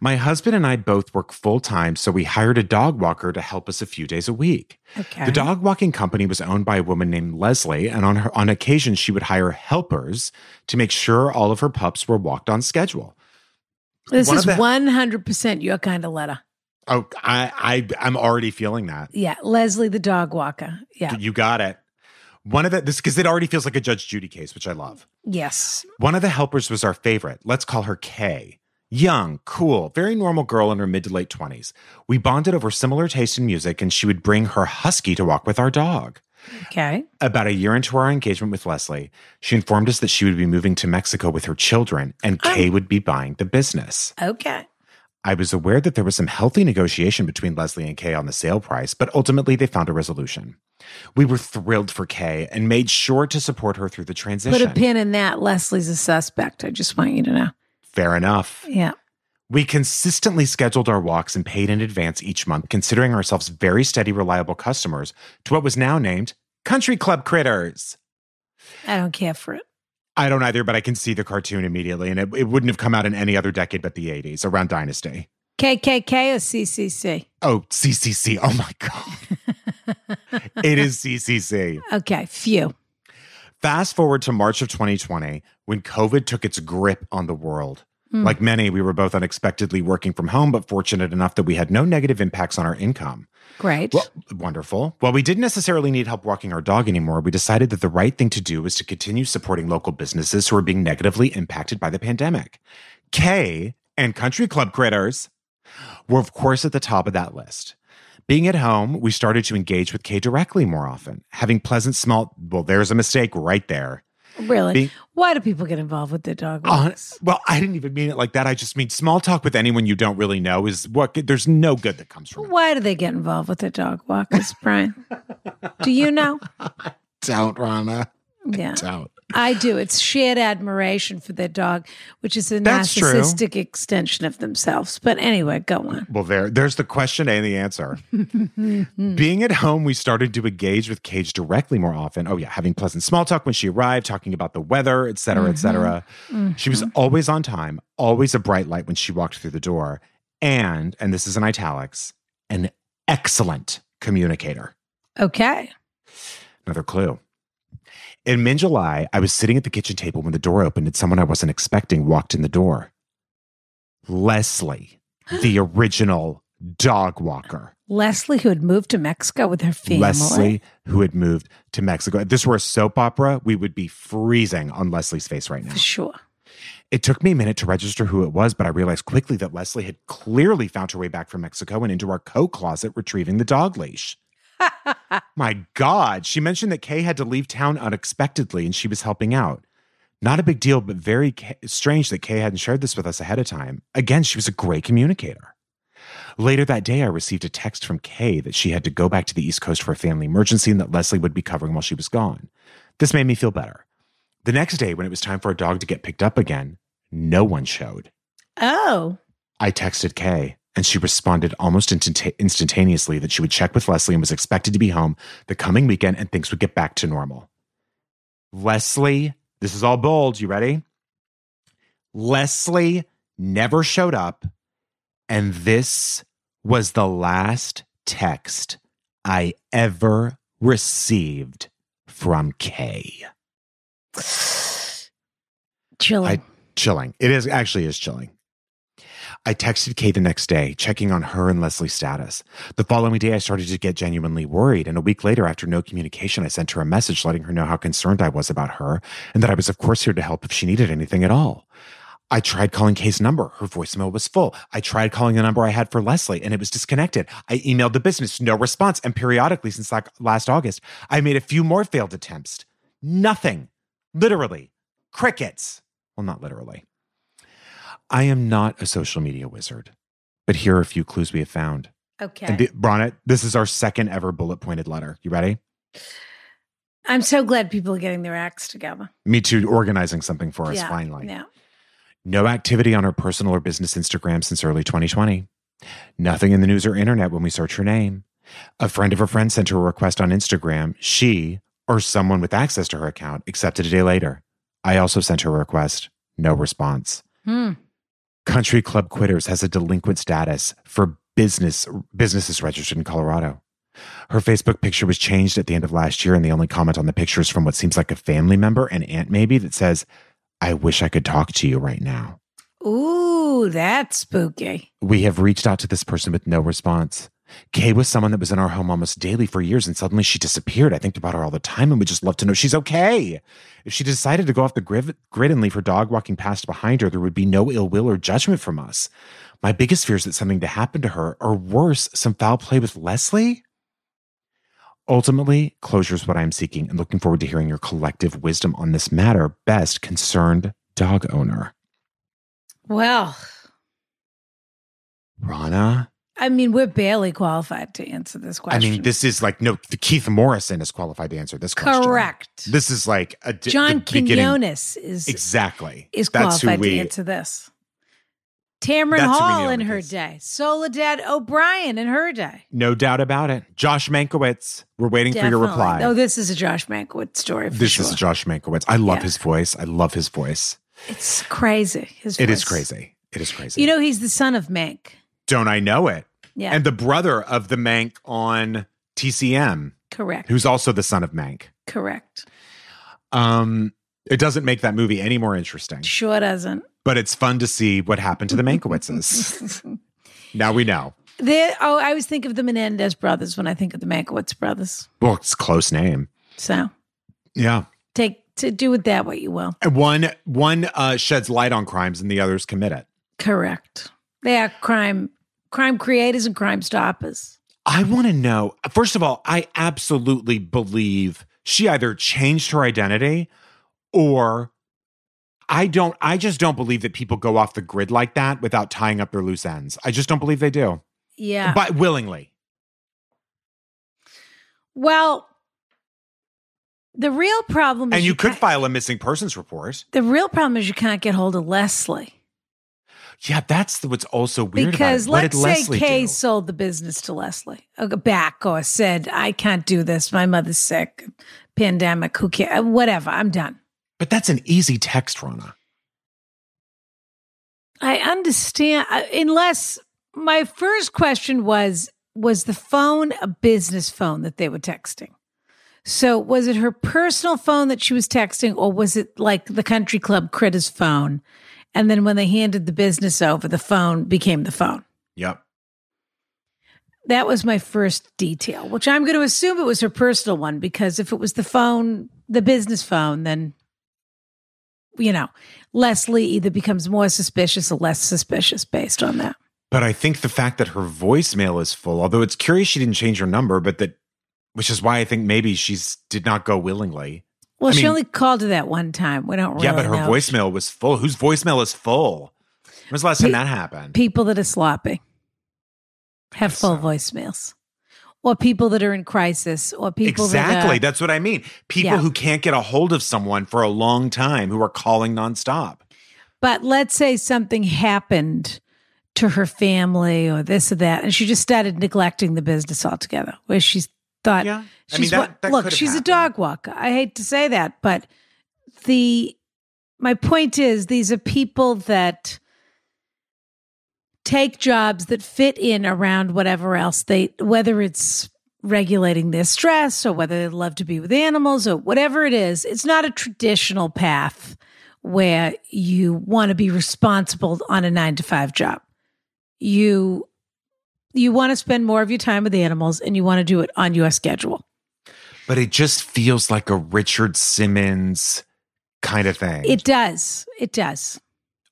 A: My husband and I both work full time, so we hired a dog walker to help us a few days a week.
B: Okay.
A: The dog walking company was owned by a woman named Leslie, and on her on occasion she would hire helpers to make sure all of her pups were walked on schedule.
B: This
A: One of
B: is
A: the-
B: one hundred percent your kind of letter.
A: Oh, I, I I'm already feeling that.
B: Yeah, Leslie the dog walker. Yeah.
A: You got it. One of the this because it already feels like a Judge Judy case, which I love.
B: Yes.
A: One of the helpers was our favorite. Let's call her Kay. Young, cool, very normal girl in her mid to late 20s. We bonded over similar taste in music, and she would bring her husky to walk with our dog.
B: Okay.
A: About a year into our engagement with Leslie, she informed us that she would be moving to Mexico with her children, and Kay would be buying the business.
B: Okay.
A: I was aware that there was some healthy negotiation between Leslie and Kay on the sale price, but ultimately they found a resolution. We were thrilled for Kay and made sure to support her through the
B: Put
A: transition.
B: a pin in that. Leslie's a suspect. I just want you to know.
A: Fair enough.
B: Yeah.
A: We consistently scheduled our walks and paid in advance each month, considering ourselves very steady, reliable customers to what was now named Country Club Critters.
B: I don't care for it.
A: I don't either, but I can see the cartoon immediately, and it, it wouldn't have come out in any other decade but the 80s, around Dynasty.
B: KKK or CCC?
A: Oh, CCC. Oh my God. it is CCC.
B: Okay. Phew.
A: Fast forward to March of 2020 when COVID took its grip on the world. Like many, we were both unexpectedly working from home, but fortunate enough that we had no negative impacts on our income.
B: Great.
A: Well, wonderful. While we didn't necessarily need help walking our dog anymore, we decided that the right thing to do was to continue supporting local businesses who are being negatively impacted by the pandemic. Kay and Country Club Critters were, of course, at the top of that list. Being at home, we started to engage with Kay directly more often, having pleasant small. Well, there's a mistake right there.
B: really?
A: being-
B: Why do people get involved with their dog?
A: Uh,
B: walks?
A: well, I didn't even mean it like that. I just mean small talk with anyone you don't really know is what. There's no good that comes from it.
B: Why do they get involved with their dog walkers, Brian? do you know?
A: Don't, Rana.
B: Yeah.
A: out.
B: I do. It's shared admiration for their dog, which is a
A: That's true.
B: narcissistic extension of themselves. But anyway, go on.
A: Well, there, there's the question and the answer. Being at home, we started to engage with Cage directly more often. Oh, yeah, having pleasant small talk when she arrived, talking about the weather, et cetera, et cetera.
B: Mm.
A: She was always on time, always a bright light when she walked through the door. And, and this is in italics, an excellent communicator.
B: Okay.
A: Another clue. In mid July, I was sitting at the kitchen table when the door opened and someone I wasn't expecting walked in the door. Leslie, the original dog walker.
B: Leslie, who had moved to Mexico with her family.
A: Leslie, who had moved to Mexico. If this were a soap opera, we would be freezing on Leslie's face right now.
B: For sure.
A: It took me a minute to register who it was, but I realized quickly that Leslie had clearly found her way back from Mexico and into our coat closet retrieving the dog leash. My God, she mentioned that Kay had to leave town unexpectedly and she was helping out. Not a big deal, but very ca- strange that Kay hadn't shared this with us ahead of time. Again, she was a great communicator. Later that day, I received a text from Kay that she had to go back to the East Coast for a family emergency and that Leslie would be covering while she was gone. This made me feel better. The next day, when it was time for a dog to get picked up again, no one showed.
B: Oh,
A: I texted Kay, and she responded almost instant- instantaneously that she would check with Leslie and was expected to be home the coming weekend and things would get back to normal. Leslie, this is all bold. You ready? Leslie never showed up, and this was the last text I ever received from Kay.
B: chilling.
A: I- Chilling. It is actually is chilling. I texted Kay the next day, checking on her and Leslie's status. The following day, I started to get genuinely worried. And a week later, after no communication, I sent her a message letting her know how concerned I was about her and that I was, of course, here to help if she needed anything at all. I tried calling Kay's number. Her voicemail was full. I tried calling the number I had for Leslie and it was disconnected. I emailed the business, no response. And periodically, since like last August, I made a few more failed attempts. Nothing. Literally. Crickets. Well, not literally. I am not a social media wizard, but here are a few clues we have found.
B: okay.
A: And the, Bronnet, this is our second ever bullet pointed letter. You ready?
B: I'm so glad people are getting their acts together.
A: Me too, organizing something for us
B: Yeah,
A: finally.
B: Yeah.
A: No activity on her personal or business Instagram since early 2020. Nothing in the news or internet when we search her name. A friend of a friend sent her a request on Instagram. She, or someone with access to her account, accepted a day later. I also sent her a request. No response.
B: Hmm.
A: Country Club Quitters has a delinquent status for business businesses registered in Colorado. Her Facebook picture was changed at the end of last year, and the only comment on the picture is from what seems like a family member, an aunt maybe, that says, I wish I could talk to you right now.
B: Ooh, that's spooky.
A: We have reached out to this person with no response. Kay was someone that was in our home almost daily for years, and suddenly she disappeared. I think about her all the time and would just love to know she's okay. If she decided to go off the grid, grid and leave her dog walking past behind her, there would be no ill will or judgment from us. My biggest fear is that something to happen to her, or worse, some foul play with Leslie. Ultimately, closure is what I am seeking, and looking forward to hearing your collective wisdom on this matter. Best concerned dog owner,
B: Well,
A: Rana.
B: I mean, we're barely qualified to answer this question.
A: I mean, this is like no. The Keith Morrison is qualified to answer this question.
B: correct.
A: This is like a di-
B: John
A: the beginning-
B: Quinones is
A: Exactly.
B: is
A: That's who
B: qualified
A: we.
B: to answer this. Tamron
A: That's who we
B: Hall
A: know
B: in
A: it
B: her
A: is.
B: day, Soledad O'Brien in her day.
A: No doubt about it. Josh Mankiewicz. We're waiting for your
B: Definitely.
A: reply.
B: No, this is a Josh Mankiewicz story. For
A: this
B: sure.
A: is Josh Mankiewicz. I love
B: Yeah.
A: his voice. I love his voice.
B: It's crazy. His
A: It is
B: voice.
A: crazy. It is crazy.
B: You know, he's the son of Mank.
A: don't I know it?
B: Yeah,
A: And the brother of the Mank on TCM,
B: correct.
A: who's also the son of Mank.
B: correct?
A: Um, it doesn't make that movie any more interesting,
B: Sure doesn't.
A: but it's fun to see what happened to the Mankiewiczes. now we know.
B: There. Oh, I always think of the Menendez brothers when I think of the Mankiewicz brothers.
A: Well, it's a close name.
B: So
A: Yeah.
B: take to do it that way you will.
A: And one one uh, sheds light on crimes and the others commit it.
B: Correct. They are crime crime creators and crime stoppers.
A: I want to know. First of all, I absolutely believe she either changed her identity or I don't I just don't believe that people go off the grid like that without tying up their loose ends. I just don't believe they do.
B: Yeah.
A: But willingly.
B: Well, The real problem is
A: And you could
B: can't-
A: file a missing persons report.
B: The real problem is you can't get hold of Leslie
A: Yeah, that's the- what's also weird
B: because
A: about it.
B: let's
A: what did
B: say
A: Leslie
B: Kay
A: do?
B: sold the business to Leslie okay, back or said, "I can't do this. My mother's sick. Pandemic. Who cares? Whatever. I'm done."
A: But that's an easy text, Rana.
B: I understand. I- Unless my first question was, was the phone a business phone that they were texting? So was it her personal phone that she was texting, or was it like the country club critters phone? And then when they handed the business over, the phone became the phone.
A: Yep.
B: That was my first detail, which I'm going to assume it was her personal one because if it was the phone, the business phone, then, you know, Leslie either becomes more suspicious or less suspicious based on that.
A: But I think the fact that her voicemail is full, although it's curious she didn't change her number, but that which is why I think maybe she's did not go willingly.
B: Well,
A: I
B: she
A: mean-
B: only called to that one time. We don't really
A: yeah, but her
B: know.
A: voicemail was full. Whose voicemail is full? When was the last time that happened?
B: People that are sloppy have
A: guess
B: full
A: so.
B: voicemails, or people that are in crisis, or people
A: exactly.
B: That uh,
A: That's what I mean. People
B: Yeah.
A: who can't get a hold of someone for a long time who are calling nonstop.
B: are, but let's say something happened to her family or this or that, and she just started neglecting the business altogether, where she thought
A: yeah.
B: She's wa- look, she's a dog walker. I hate to say that, but the my point is these are people that take jobs that fit in around whatever else they whether it's regulating their stress or whether they love to be with animals or whatever it is. It's not a traditional path where you want to be responsible on a 9 to 5 job. You you want to spend more of your time with animals and you want to do it on your schedule.
A: But it just feels like a Richard Simmons kind of thing.
B: It does. It does.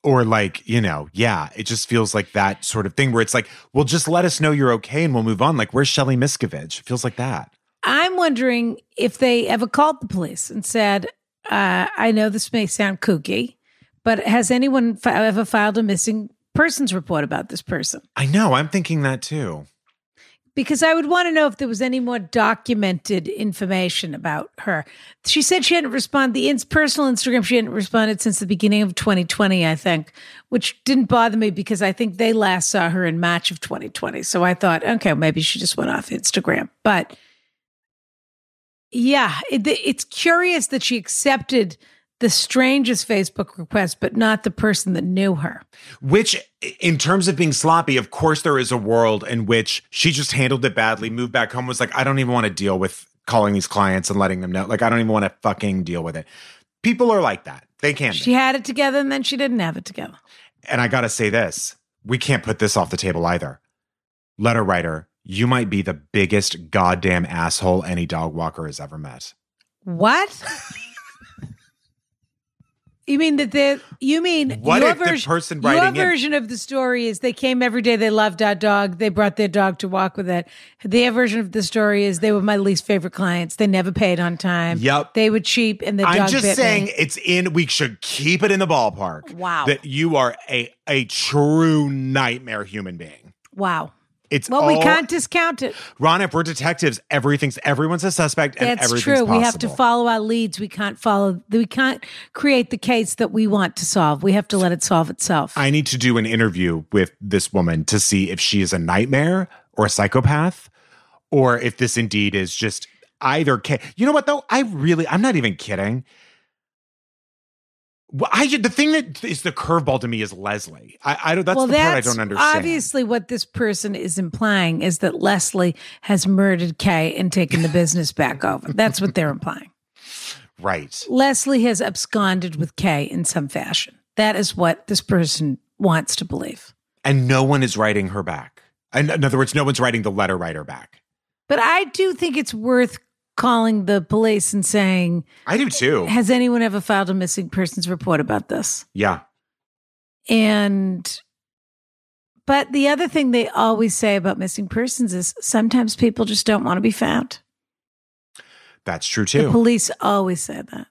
A: or like, you know, yeah, it just feels like that sort of thing where it's like, well, just let us know you're okay and we'll move on. Like, where's Shelly Miskovich? It feels like that.
B: I'm wondering if they ever called the police and said, uh, I know this may sound kooky, but has anyone fi- ever filed a missing persons report about this person?
A: I know. I'm thinking that too.
B: Because I would want to know if there was any more documented information about her. She said she hadn't responded. The ins- personal Instagram, she hadn't responded since the beginning of 2020, I think, which didn't bother me because I think they last saw her in March of 2020. So I thought, okay, maybe she just went off Instagram. But Yeah, it, it's curious that she accepted the strangest Facebook request, but not the person that knew her.
A: Which, in terms of being sloppy, of course, there is a world in which she just handled it badly, moved back home, was like, I don't even want to deal with calling these clients and letting them know. Like, I don't even want to fucking deal with it. People are like that. They can
B: She
A: be.
B: had it together and then she didn't have it together.
A: And I got to say this we can't put this off the table either. Letter writer, you might be the biggest goddamn asshole any dog walker has ever met.
B: What? you mean that the you mean
A: What
B: your
A: if the
B: version,
A: person
B: your
A: writing in-
B: version of the story is they came every day, they loved our dog, they brought their dog to walk with it. Their version of the story is they were my least favorite clients. They never paid on time.
A: Yep.
B: They were cheap and the
A: I'm
B: dog bit
A: just
B: me.
A: saying it's in we should keep it in the ballpark.
B: Wow.
A: That you are a a true nightmare human being.
B: Wow.
A: It's
B: Well, we
A: all-
B: can't discount it.
A: Ron, if we're detectives, everything's everyone's a suspect and
B: That's
A: everything's
B: true. We have to
A: possible.
B: follow our leads. We can't follow. We can't create the case that we want to solve. We have to let it solve itself.
A: I need to do an interview with this woman to see if she is a nightmare or a psychopath, or if this indeed is just either. Ca- you know what though? I really, I'm not even kidding. Well, I the thing that is the curveball to me is Leslie. I, I don't. That's
B: well,
A: the part I
B: that's
A: don't understand.
B: obviously what this person is implying is that Leslie has murdered Kay and taken the business back over. That's what they're implying.
A: right?
B: Leslie has absconded with Kay in some fashion. That is what this person wants to believe.
A: And no one is writing her back. In, in other words, no one's writing the letter writer back.
B: But I do think it's worth calling the police and saying,
A: I do too.
B: "Has anyone ever filed a missing persons report about this?"
A: Yeah.
B: And but the other thing they always say about missing persons is sometimes people just don't want to be found.
A: That's true
B: The
A: too.
B: police always say that.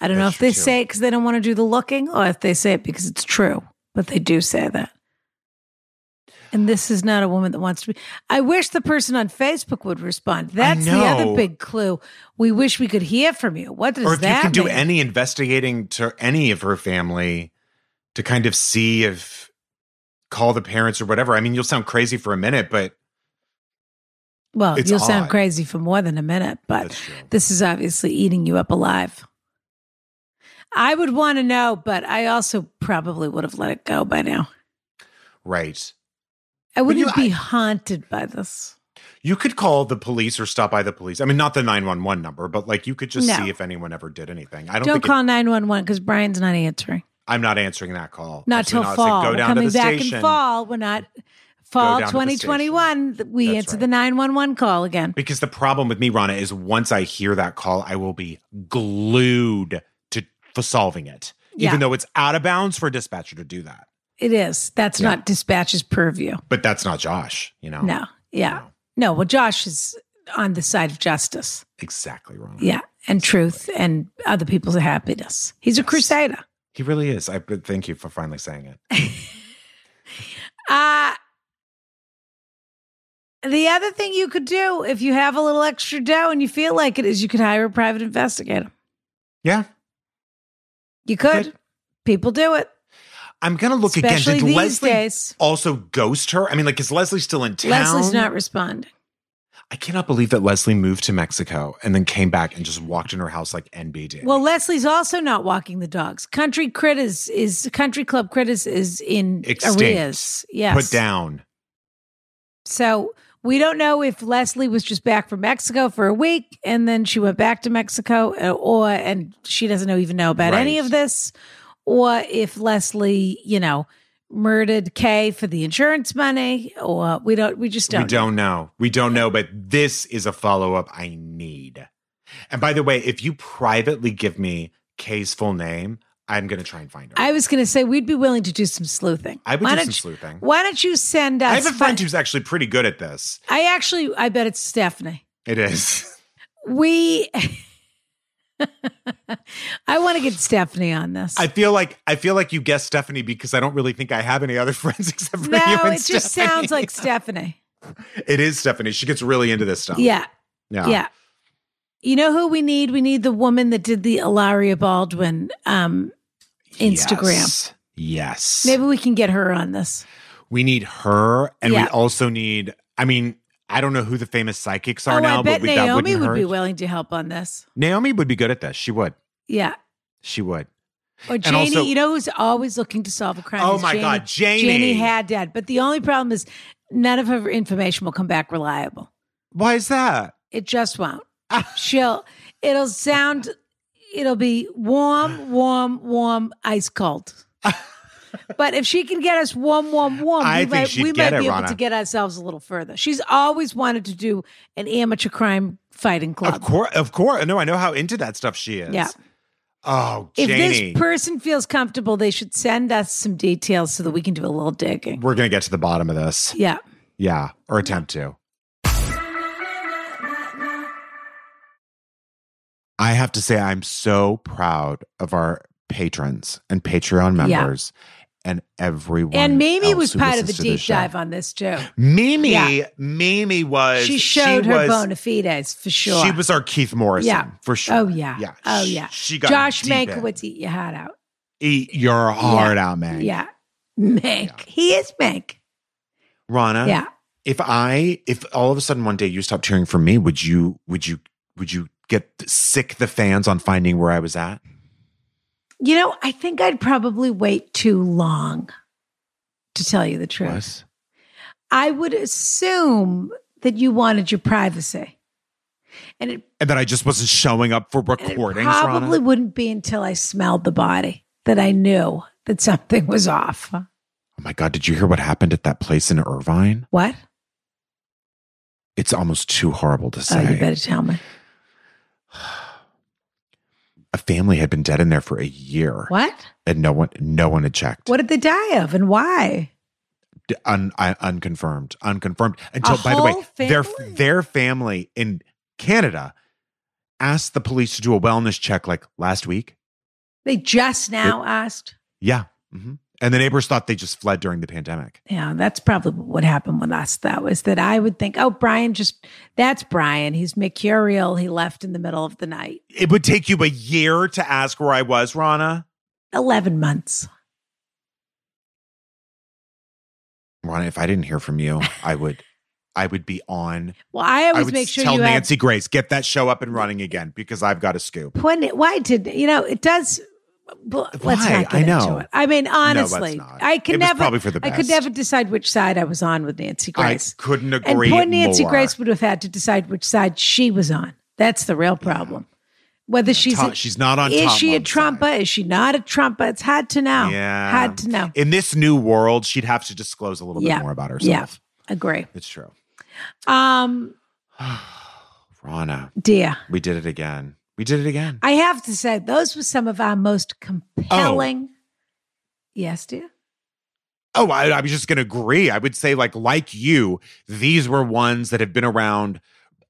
B: I don't know
A: That's
B: if they
A: true.
B: say it because they don't want to do the looking or if they say it because it's true, but they do say that. And this is not a woman that wants to be. I wish the person on Facebook would respond. That's the other
A: know.
B: big clue. We wish we could hear from you. What does
A: or if you
B: that
A: can do
B: mean?
A: any investigating to any of her family to kind of see if call the parents or whatever. I mean, you'll sound crazy for a minute, but
B: Well,
A: It's
B: you'll sound
A: odd.
B: crazy for more than a minute, but
A: That's true.
B: this is obviously eating you up alive. I would want to know, but I also probably would have let it go by now.
A: right.
B: I
A: you-
B: wouldn't be
A: I-
B: haunted by this.
A: You could call the police or stop by the police. I mean, not the 911 number, but like you could just
B: No.
A: see if anyone ever did anything. I don't,
B: Don't,
A: think it-
B: call 911 because Brian's not answering.
A: I'm not answering that call.
B: Not till
A: Absolutely It's like,
B: fall.
A: go
B: We're
A: down
B: coming
A: to the
B: back
A: station.
B: in fall. We're not
A: down
B: fall
A: to the
B: 2021. we
A: That's
B: answer
A: right.
B: the 911 call again.
A: Because the problem with me, Rana, is once I hear that call, I will be glued to for solving it.
B: Yeah.
A: Even though it's out of bounds for a dispatcher to do that.
B: It is. That's
A: Yeah.
B: not dispatch's purview.
A: But that's not Josh, you know?
B: No. Yeah. No. Well, Josh is on the side of justice.
A: Exactly, Rana.
B: Yeah. And truth and other people's happiness. He's a crusader.
A: He really is. I but thank you for finally saying it.
B: Uh, the other thing you could do if you have a little extra dough and you feel like it is you could hire a private investigator.
A: Yeah.
B: You could. People do it.
A: I'm gonna look
B: Especially
A: again. Did
B: these
A: Leslie
B: days.
A: also ghost her? I mean, like, is Leslie still in town?
B: Leslie's not responding.
A: I cannot believe that Leslie moved to Mexico and then came back and just walked in her house like NBD.
B: Well, Leslie's also not walking the dogs. Country Critters is Country Club Critters is in
A: Extinct.
B: arrears. Yes.
A: put down.
B: So we don't know if Leslie was just back from Mexico for a week and then she went back to Mexico, uh, or and she doesn't know, even know about any
A: Right.
B: of this, or if Leslie, you know, murdered Kay for the insurance money, or we don't, we just don't.
A: we don't know. We don't know, but this is a follow up I need. And by the way, if you privately give me Kay's full name, I'm going to try and find her.
B: I was going to say we'd be willing to do some sleuthing.
A: I would
B: Why
A: do
B: don't
A: some
B: you-
A: sleuthing.
B: Why don't you send us?
A: I have a friend
B: fi-
A: who's actually pretty good at this.
B: I actually, I bet it's Stephanie.
A: It is.
B: We. I want to get Stephanie on this.
A: I feel like I feel like you guessed Stephanie because I don't really think I have any other friends except for
B: no,
A: you and
B: it just
A: Stephanie.
B: sounds like Stephanie.
A: it is Stephanie. She gets really into this stuff.
B: Yeah,
A: yeah,
B: yeah. You know who we need? We need the woman that did the Ilaria Baldwin. Um, Instagram.
A: Yes. Yes.
B: maybe we can get her on this.
A: We need her, and
B: Yeah.
A: we also need. I mean, I don't know who the famous psychics are
B: oh,
A: now,
B: I bet
A: but we, that
B: Naomi
A: wouldn't
B: would be
A: hurt.
B: willing to help on this.
A: Naomi would be good at this. She would.
B: Yeah,
A: She would.
B: or
A: And
B: Janie.
A: also-
B: you know who's always looking to solve a crime?
A: Oh
B: is
A: my
B: Janie.
A: God, Janie.
B: Janie Haddad. But the only problem is none of her information will come back reliable.
A: Why is that?
B: It just won't. She'll. It'll sound. It'll be warm, warm, warm, ice cold. but if she can get us warm, warm, warm,
A: I
B: we
A: think
B: might,
A: she'd
B: we
A: get
B: might
A: it,
B: be able
A: Rana.
B: to get ourselves a little further. She's always wanted to do an amateur crime fighting club.
A: Of course, of course. No, I know how into that stuff she is.
B: Yeah.
A: Oh,
B: If
A: Janie.
B: this person feels comfortable, they should send us some details so that we can do a little digging.
A: We're gonna get to the bottom of this.
B: Yeah.
A: Yeah, or attempt to. I have to say, I'm so proud of our patrons and Patreon
B: Yeah.
A: members and everyone.
B: And Mimi
A: else
B: was
A: who
B: part of the
A: listens to this
B: deep
A: show.
B: dive on this too.
A: Mimi,
B: Yeah.
A: Mimi was.
B: She showed her
A: was,
B: bona fides for sure.
A: She was our Keith Morrison,
B: Yeah.
A: for sure.
B: Oh yeah.
A: yeah.
B: Oh
A: She-
B: yeah.
A: She got
B: Josh
A: deep in.
B: Mankiewicz eat your heart out.
A: Eat your heart out, man.
B: Yeah. Mank. He is Mank.
A: Rana.
B: Yeah.
A: if I if all of a sudden one day you stopped hearing from me, would you would you would you get sick the fans on finding where I was at?
B: You know, I think I'd probably wait too long to tell you the truth.
A: What?
B: I would assume that you wanted your privacy. And it,
A: And that I just wasn't showing up for
B: and it
A: recordings,
B: probably
A: Rana.
B: wouldn't be until I smelled the body that I knew that something was off.
A: Oh my god, did you hear what happened at that place in Irvine?
B: What?
A: It's almost too horrible to
B: Oh, you
A: say.
B: better tell me.
A: a family had been dead in there for a year.
B: What?
A: And no one no one had checked.
B: What did they die of and why?
A: D- Un, I, unconfirmed. Unconfirmed. Until by the
B: whole
A: way, their
B: family?
A: their family in Canada asked the police to do a wellness check like last week.
B: They just now asked.
A: Yeah. hmm And the neighbors thought they just fled during the pandemic.
B: Yeah, that's probably what happened with us, though, is that I would think, oh, Brian just, that's Brian. He's mercurial. He left in the middle of the night.
A: It would take you a year to ask where I was, Rana.
B: 11 months.
A: Rana, if I didn't hear from you, I would I would be on.
B: Well, I always
A: I would
B: make sure
A: tell
B: you have-
A: Nancy Grace, get that show up and running again because I've got a scoop.
B: When, why did, you know, it does. bl- Let's not
A: Why?
B: get
A: I know.
B: Into it. I mean,
A: let's
B: honestly,
A: not.
B: I could
A: It was
B: never,
A: probably for the
B: I could
A: best.
B: never decide which side I was on with Nancy Grace.
A: I couldn't
B: and
A: agree.
B: poor Nancy
A: more.
B: Grace would have had to decide which side she was on. That's the real problem. Whether she's
A: Tom-
B: a,
A: she's not on
B: Is
A: Tom
B: she a
A: Mom's side.
B: Trumper? Is she not a Trumper? It's hard to know.
A: Yeah.
B: Hard to know.
A: In this new world, she'd have to disclose a little
B: Yeah.
A: bit more about
B: Yeah.
A: herself.
B: Agree.
A: It's true.
B: Um,
A: Rana,
B: dear.
A: we did it again. We did it again.
B: I have to say, those were some of our most compelling. Yes, dear.
A: Oh, I, I was just going to agree. I would say, like, like you, these were ones that have been around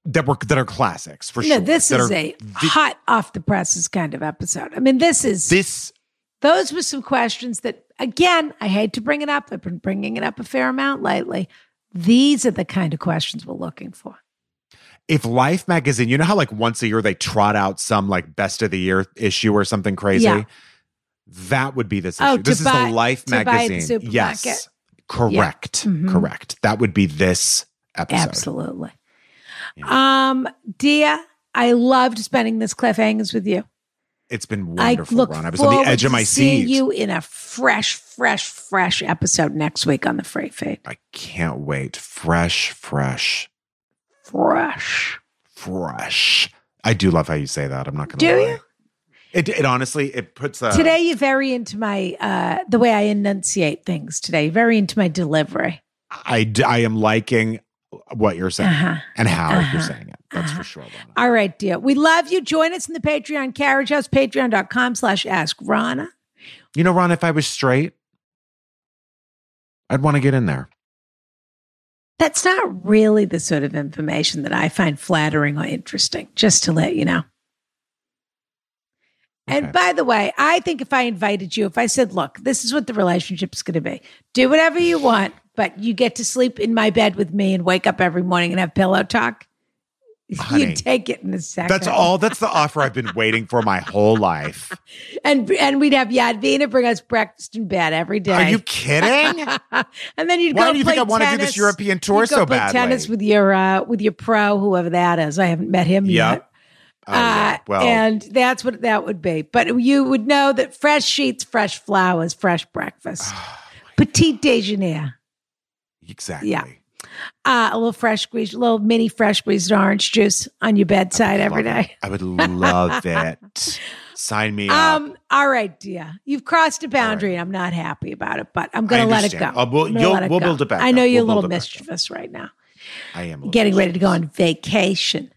A: that were that are classics for
B: No,
A: sure.
B: this
A: that
B: is
A: are-
B: a
A: thi-
B: hot off the presses kind of episode. I mean, this is
A: this.
B: those were some questions that, again, I hate to bring it up. I've been bringing it up a fair amount lately. These are the kind of questions we're looking for.
A: If Life magazine, you know how like once a year they trot out some like best of the year issue or something crazy.
B: Yeah.
A: That would be this issue.
B: Oh, to
A: this is
B: buy-
A: the Life
B: to buy at the
A: magazine.
B: supermarket.
A: yes, correct,
B: Mhm.
A: correct. That would be this episode.
B: Absolutely. Um, Dia, I loved spending this cliffhangers with you.
A: It's been
B: I
A: wonderful,
B: look
A: Ron. I
B: forward
A: was on the edge
B: to
A: of my
B: seeing
A: seat.
B: you in a fresh, fresh, fresh episode next week on the Free Feed.
A: I can't wait. Fresh, fresh,
B: Fresh.
A: fresh. I do love how you say that. I'm not going to
B: Do
A: lie.
B: you?
A: It, it honestly it puts a
B: today you're very into my uh the way I enunciate things today. You're very into my delivery.
A: I d- I am liking what you're saying
B: Uh-huh.
A: and how
B: uh-huh,
A: you're saying it. That's
B: uh-huh.
A: for sure. Lana.
B: All right, dear. We love you. Join us in the Patreon carriage house, patreon.com slash ask Rana.
A: You know, Ron, if I was straight, I'd want to get in there.
B: That's not really the sort of information that I find flattering or interesting, just to let you know. And
A: Okay.
B: by the way, I think if I invited you, if I said, look, this is what the relationship's going to be, do whatever you want, but you get to sleep in my bed with me and wake up every morning and have pillow talk,
A: Honey,
B: you'd take it in a second.
A: That's all. That's the offer I've been waiting for my whole life.
B: And, and we'd have Yadvina bring us breakfast in bed every day.
A: Are you kidding?
B: and then you'd
A: Why
B: go
A: do you
B: play
A: think I want to do
B: tennis.
A: this European tour
B: You'd go
A: so
B: play
A: badly?
B: Tennis with your uh, with your pro, whoever that is. I haven't met him yet.
A: Yep. Oh, yeah.
B: Uh,
A: Well,
B: and that's what that would be. But you would know that fresh sheets, fresh flowers, fresh breakfast,
A: Oh,
B: petit déjeuner,
A: exactly.
B: yeah. uh, a little fresh squeezed, a little mini fresh squeezed orange juice on your bedside every
A: Love it.
B: day.
A: I would love it. Sign me up.
B: Um, all right, dear, you've crossed a boundary, and I'm not happy about it, but I'm going
A: I
B: to let it go.
A: understand. Uh, we'll-
B: I'm gonna
A: you'll-
B: let it
A: we'll
B: go.
A: build it back
B: I know
A: up.
B: you're
A: We'll
B: a
A: build
B: little
A: it back up.
B: mischievous right now.
A: I am a little
B: getting ready to go on vacation.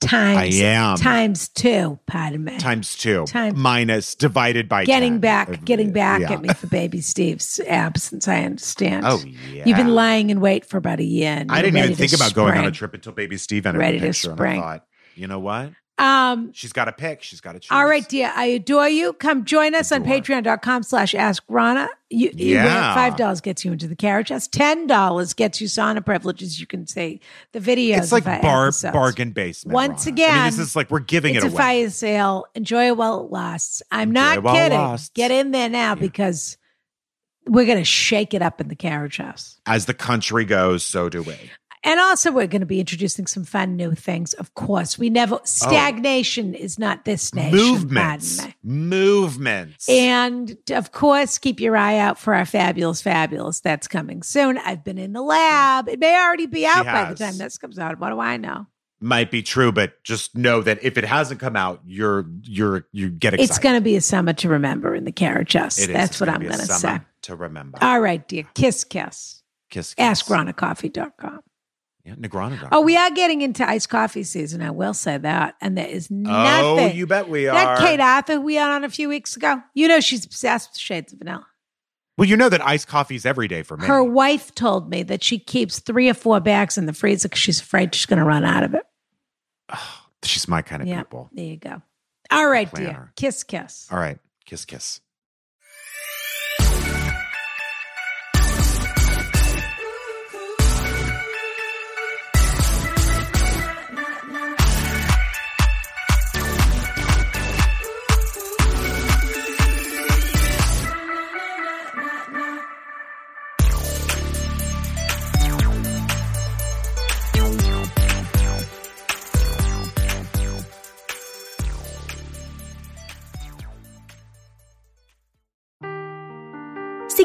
B: Times
A: I am.
B: times two, pardon me.
A: times two
B: Time-
A: minus divided by
B: getting
A: 10.
B: back,
A: Uh,
B: getting back
A: yeah.
B: at me for baby Steve's absence. I understand.
A: Oh yeah.
B: You've been lying in wait for about a year. And
A: I
B: you're
A: didn't even
B: ready to
A: think about going on a
B: spring.
A: trip until baby Steve entered
B: Ready
A: the
B: to
A: picture. And I
B: spring.
A: thought, you know what?
B: Um,
A: She's got to pick. She's got to choose.
B: all right, dear. I adore you. Come join us on
A: Adore.
B: patreon.com slash ask Rana. You, you win.
A: Yeah.
B: five dollars gets you into the carriage house. Ten dollars gets you sauna privileges. You can see the videos.
A: It's like
B: of our
A: bar
B: episodes.
A: bargain basement. Rana. I
B: Once
A: mean,
B: again,
A: this is like we're giving
B: it's
A: it
B: a
A: away.
B: fire sale. Enjoy it while it lasts. I'm
A: Enjoy
B: not
A: it while it
B: kidding.
A: lasts.
B: Get in there now because we're going to shake it up in the carriage house.
A: As the country goes, so do we.
B: And also, we're going to be introducing some fun new things. Of course, we never
A: Oh.
B: stagnation is not this nation.
A: Movements,
B: pardon me.
A: movements.
B: And of course, keep your eye out for our fabulous, fabulous that's coming soon. I've been in the lab. It may already be out by the
A: has.
B: time this comes out. What do I know?
A: Might be true, but just know that if it hasn't come out, you're you're you get excited.
B: It's going to be a summer to remember in the carriage house.
A: It is.
B: That's
A: It's
B: what
A: gonna
B: I'm
A: be a
B: going to say.
A: summer To remember.
B: All right, dear. Kiss, kiss.
A: kiss, kiss.
B: Ask AskRonaCoffee.com.
A: Yeah, Negroni.
B: Oh, we are getting into iced coffee season. I will say that. And there is
A: Oh,
B: nothing.
A: you bet we are.
B: that Kate Arthur we had on a few weeks ago, you know she's obsessed with shades of vanilla.
A: well, you know that iced coffee's every day for me.
B: Her wife told me that she keeps three or four bags in the freezer because she's afraid she's going to run out of it.
A: She's my kind of
B: Yeah,
A: people.
B: there you go. All right, dear.
A: Planner.
B: Kiss, kiss.
A: All right, kiss, kiss.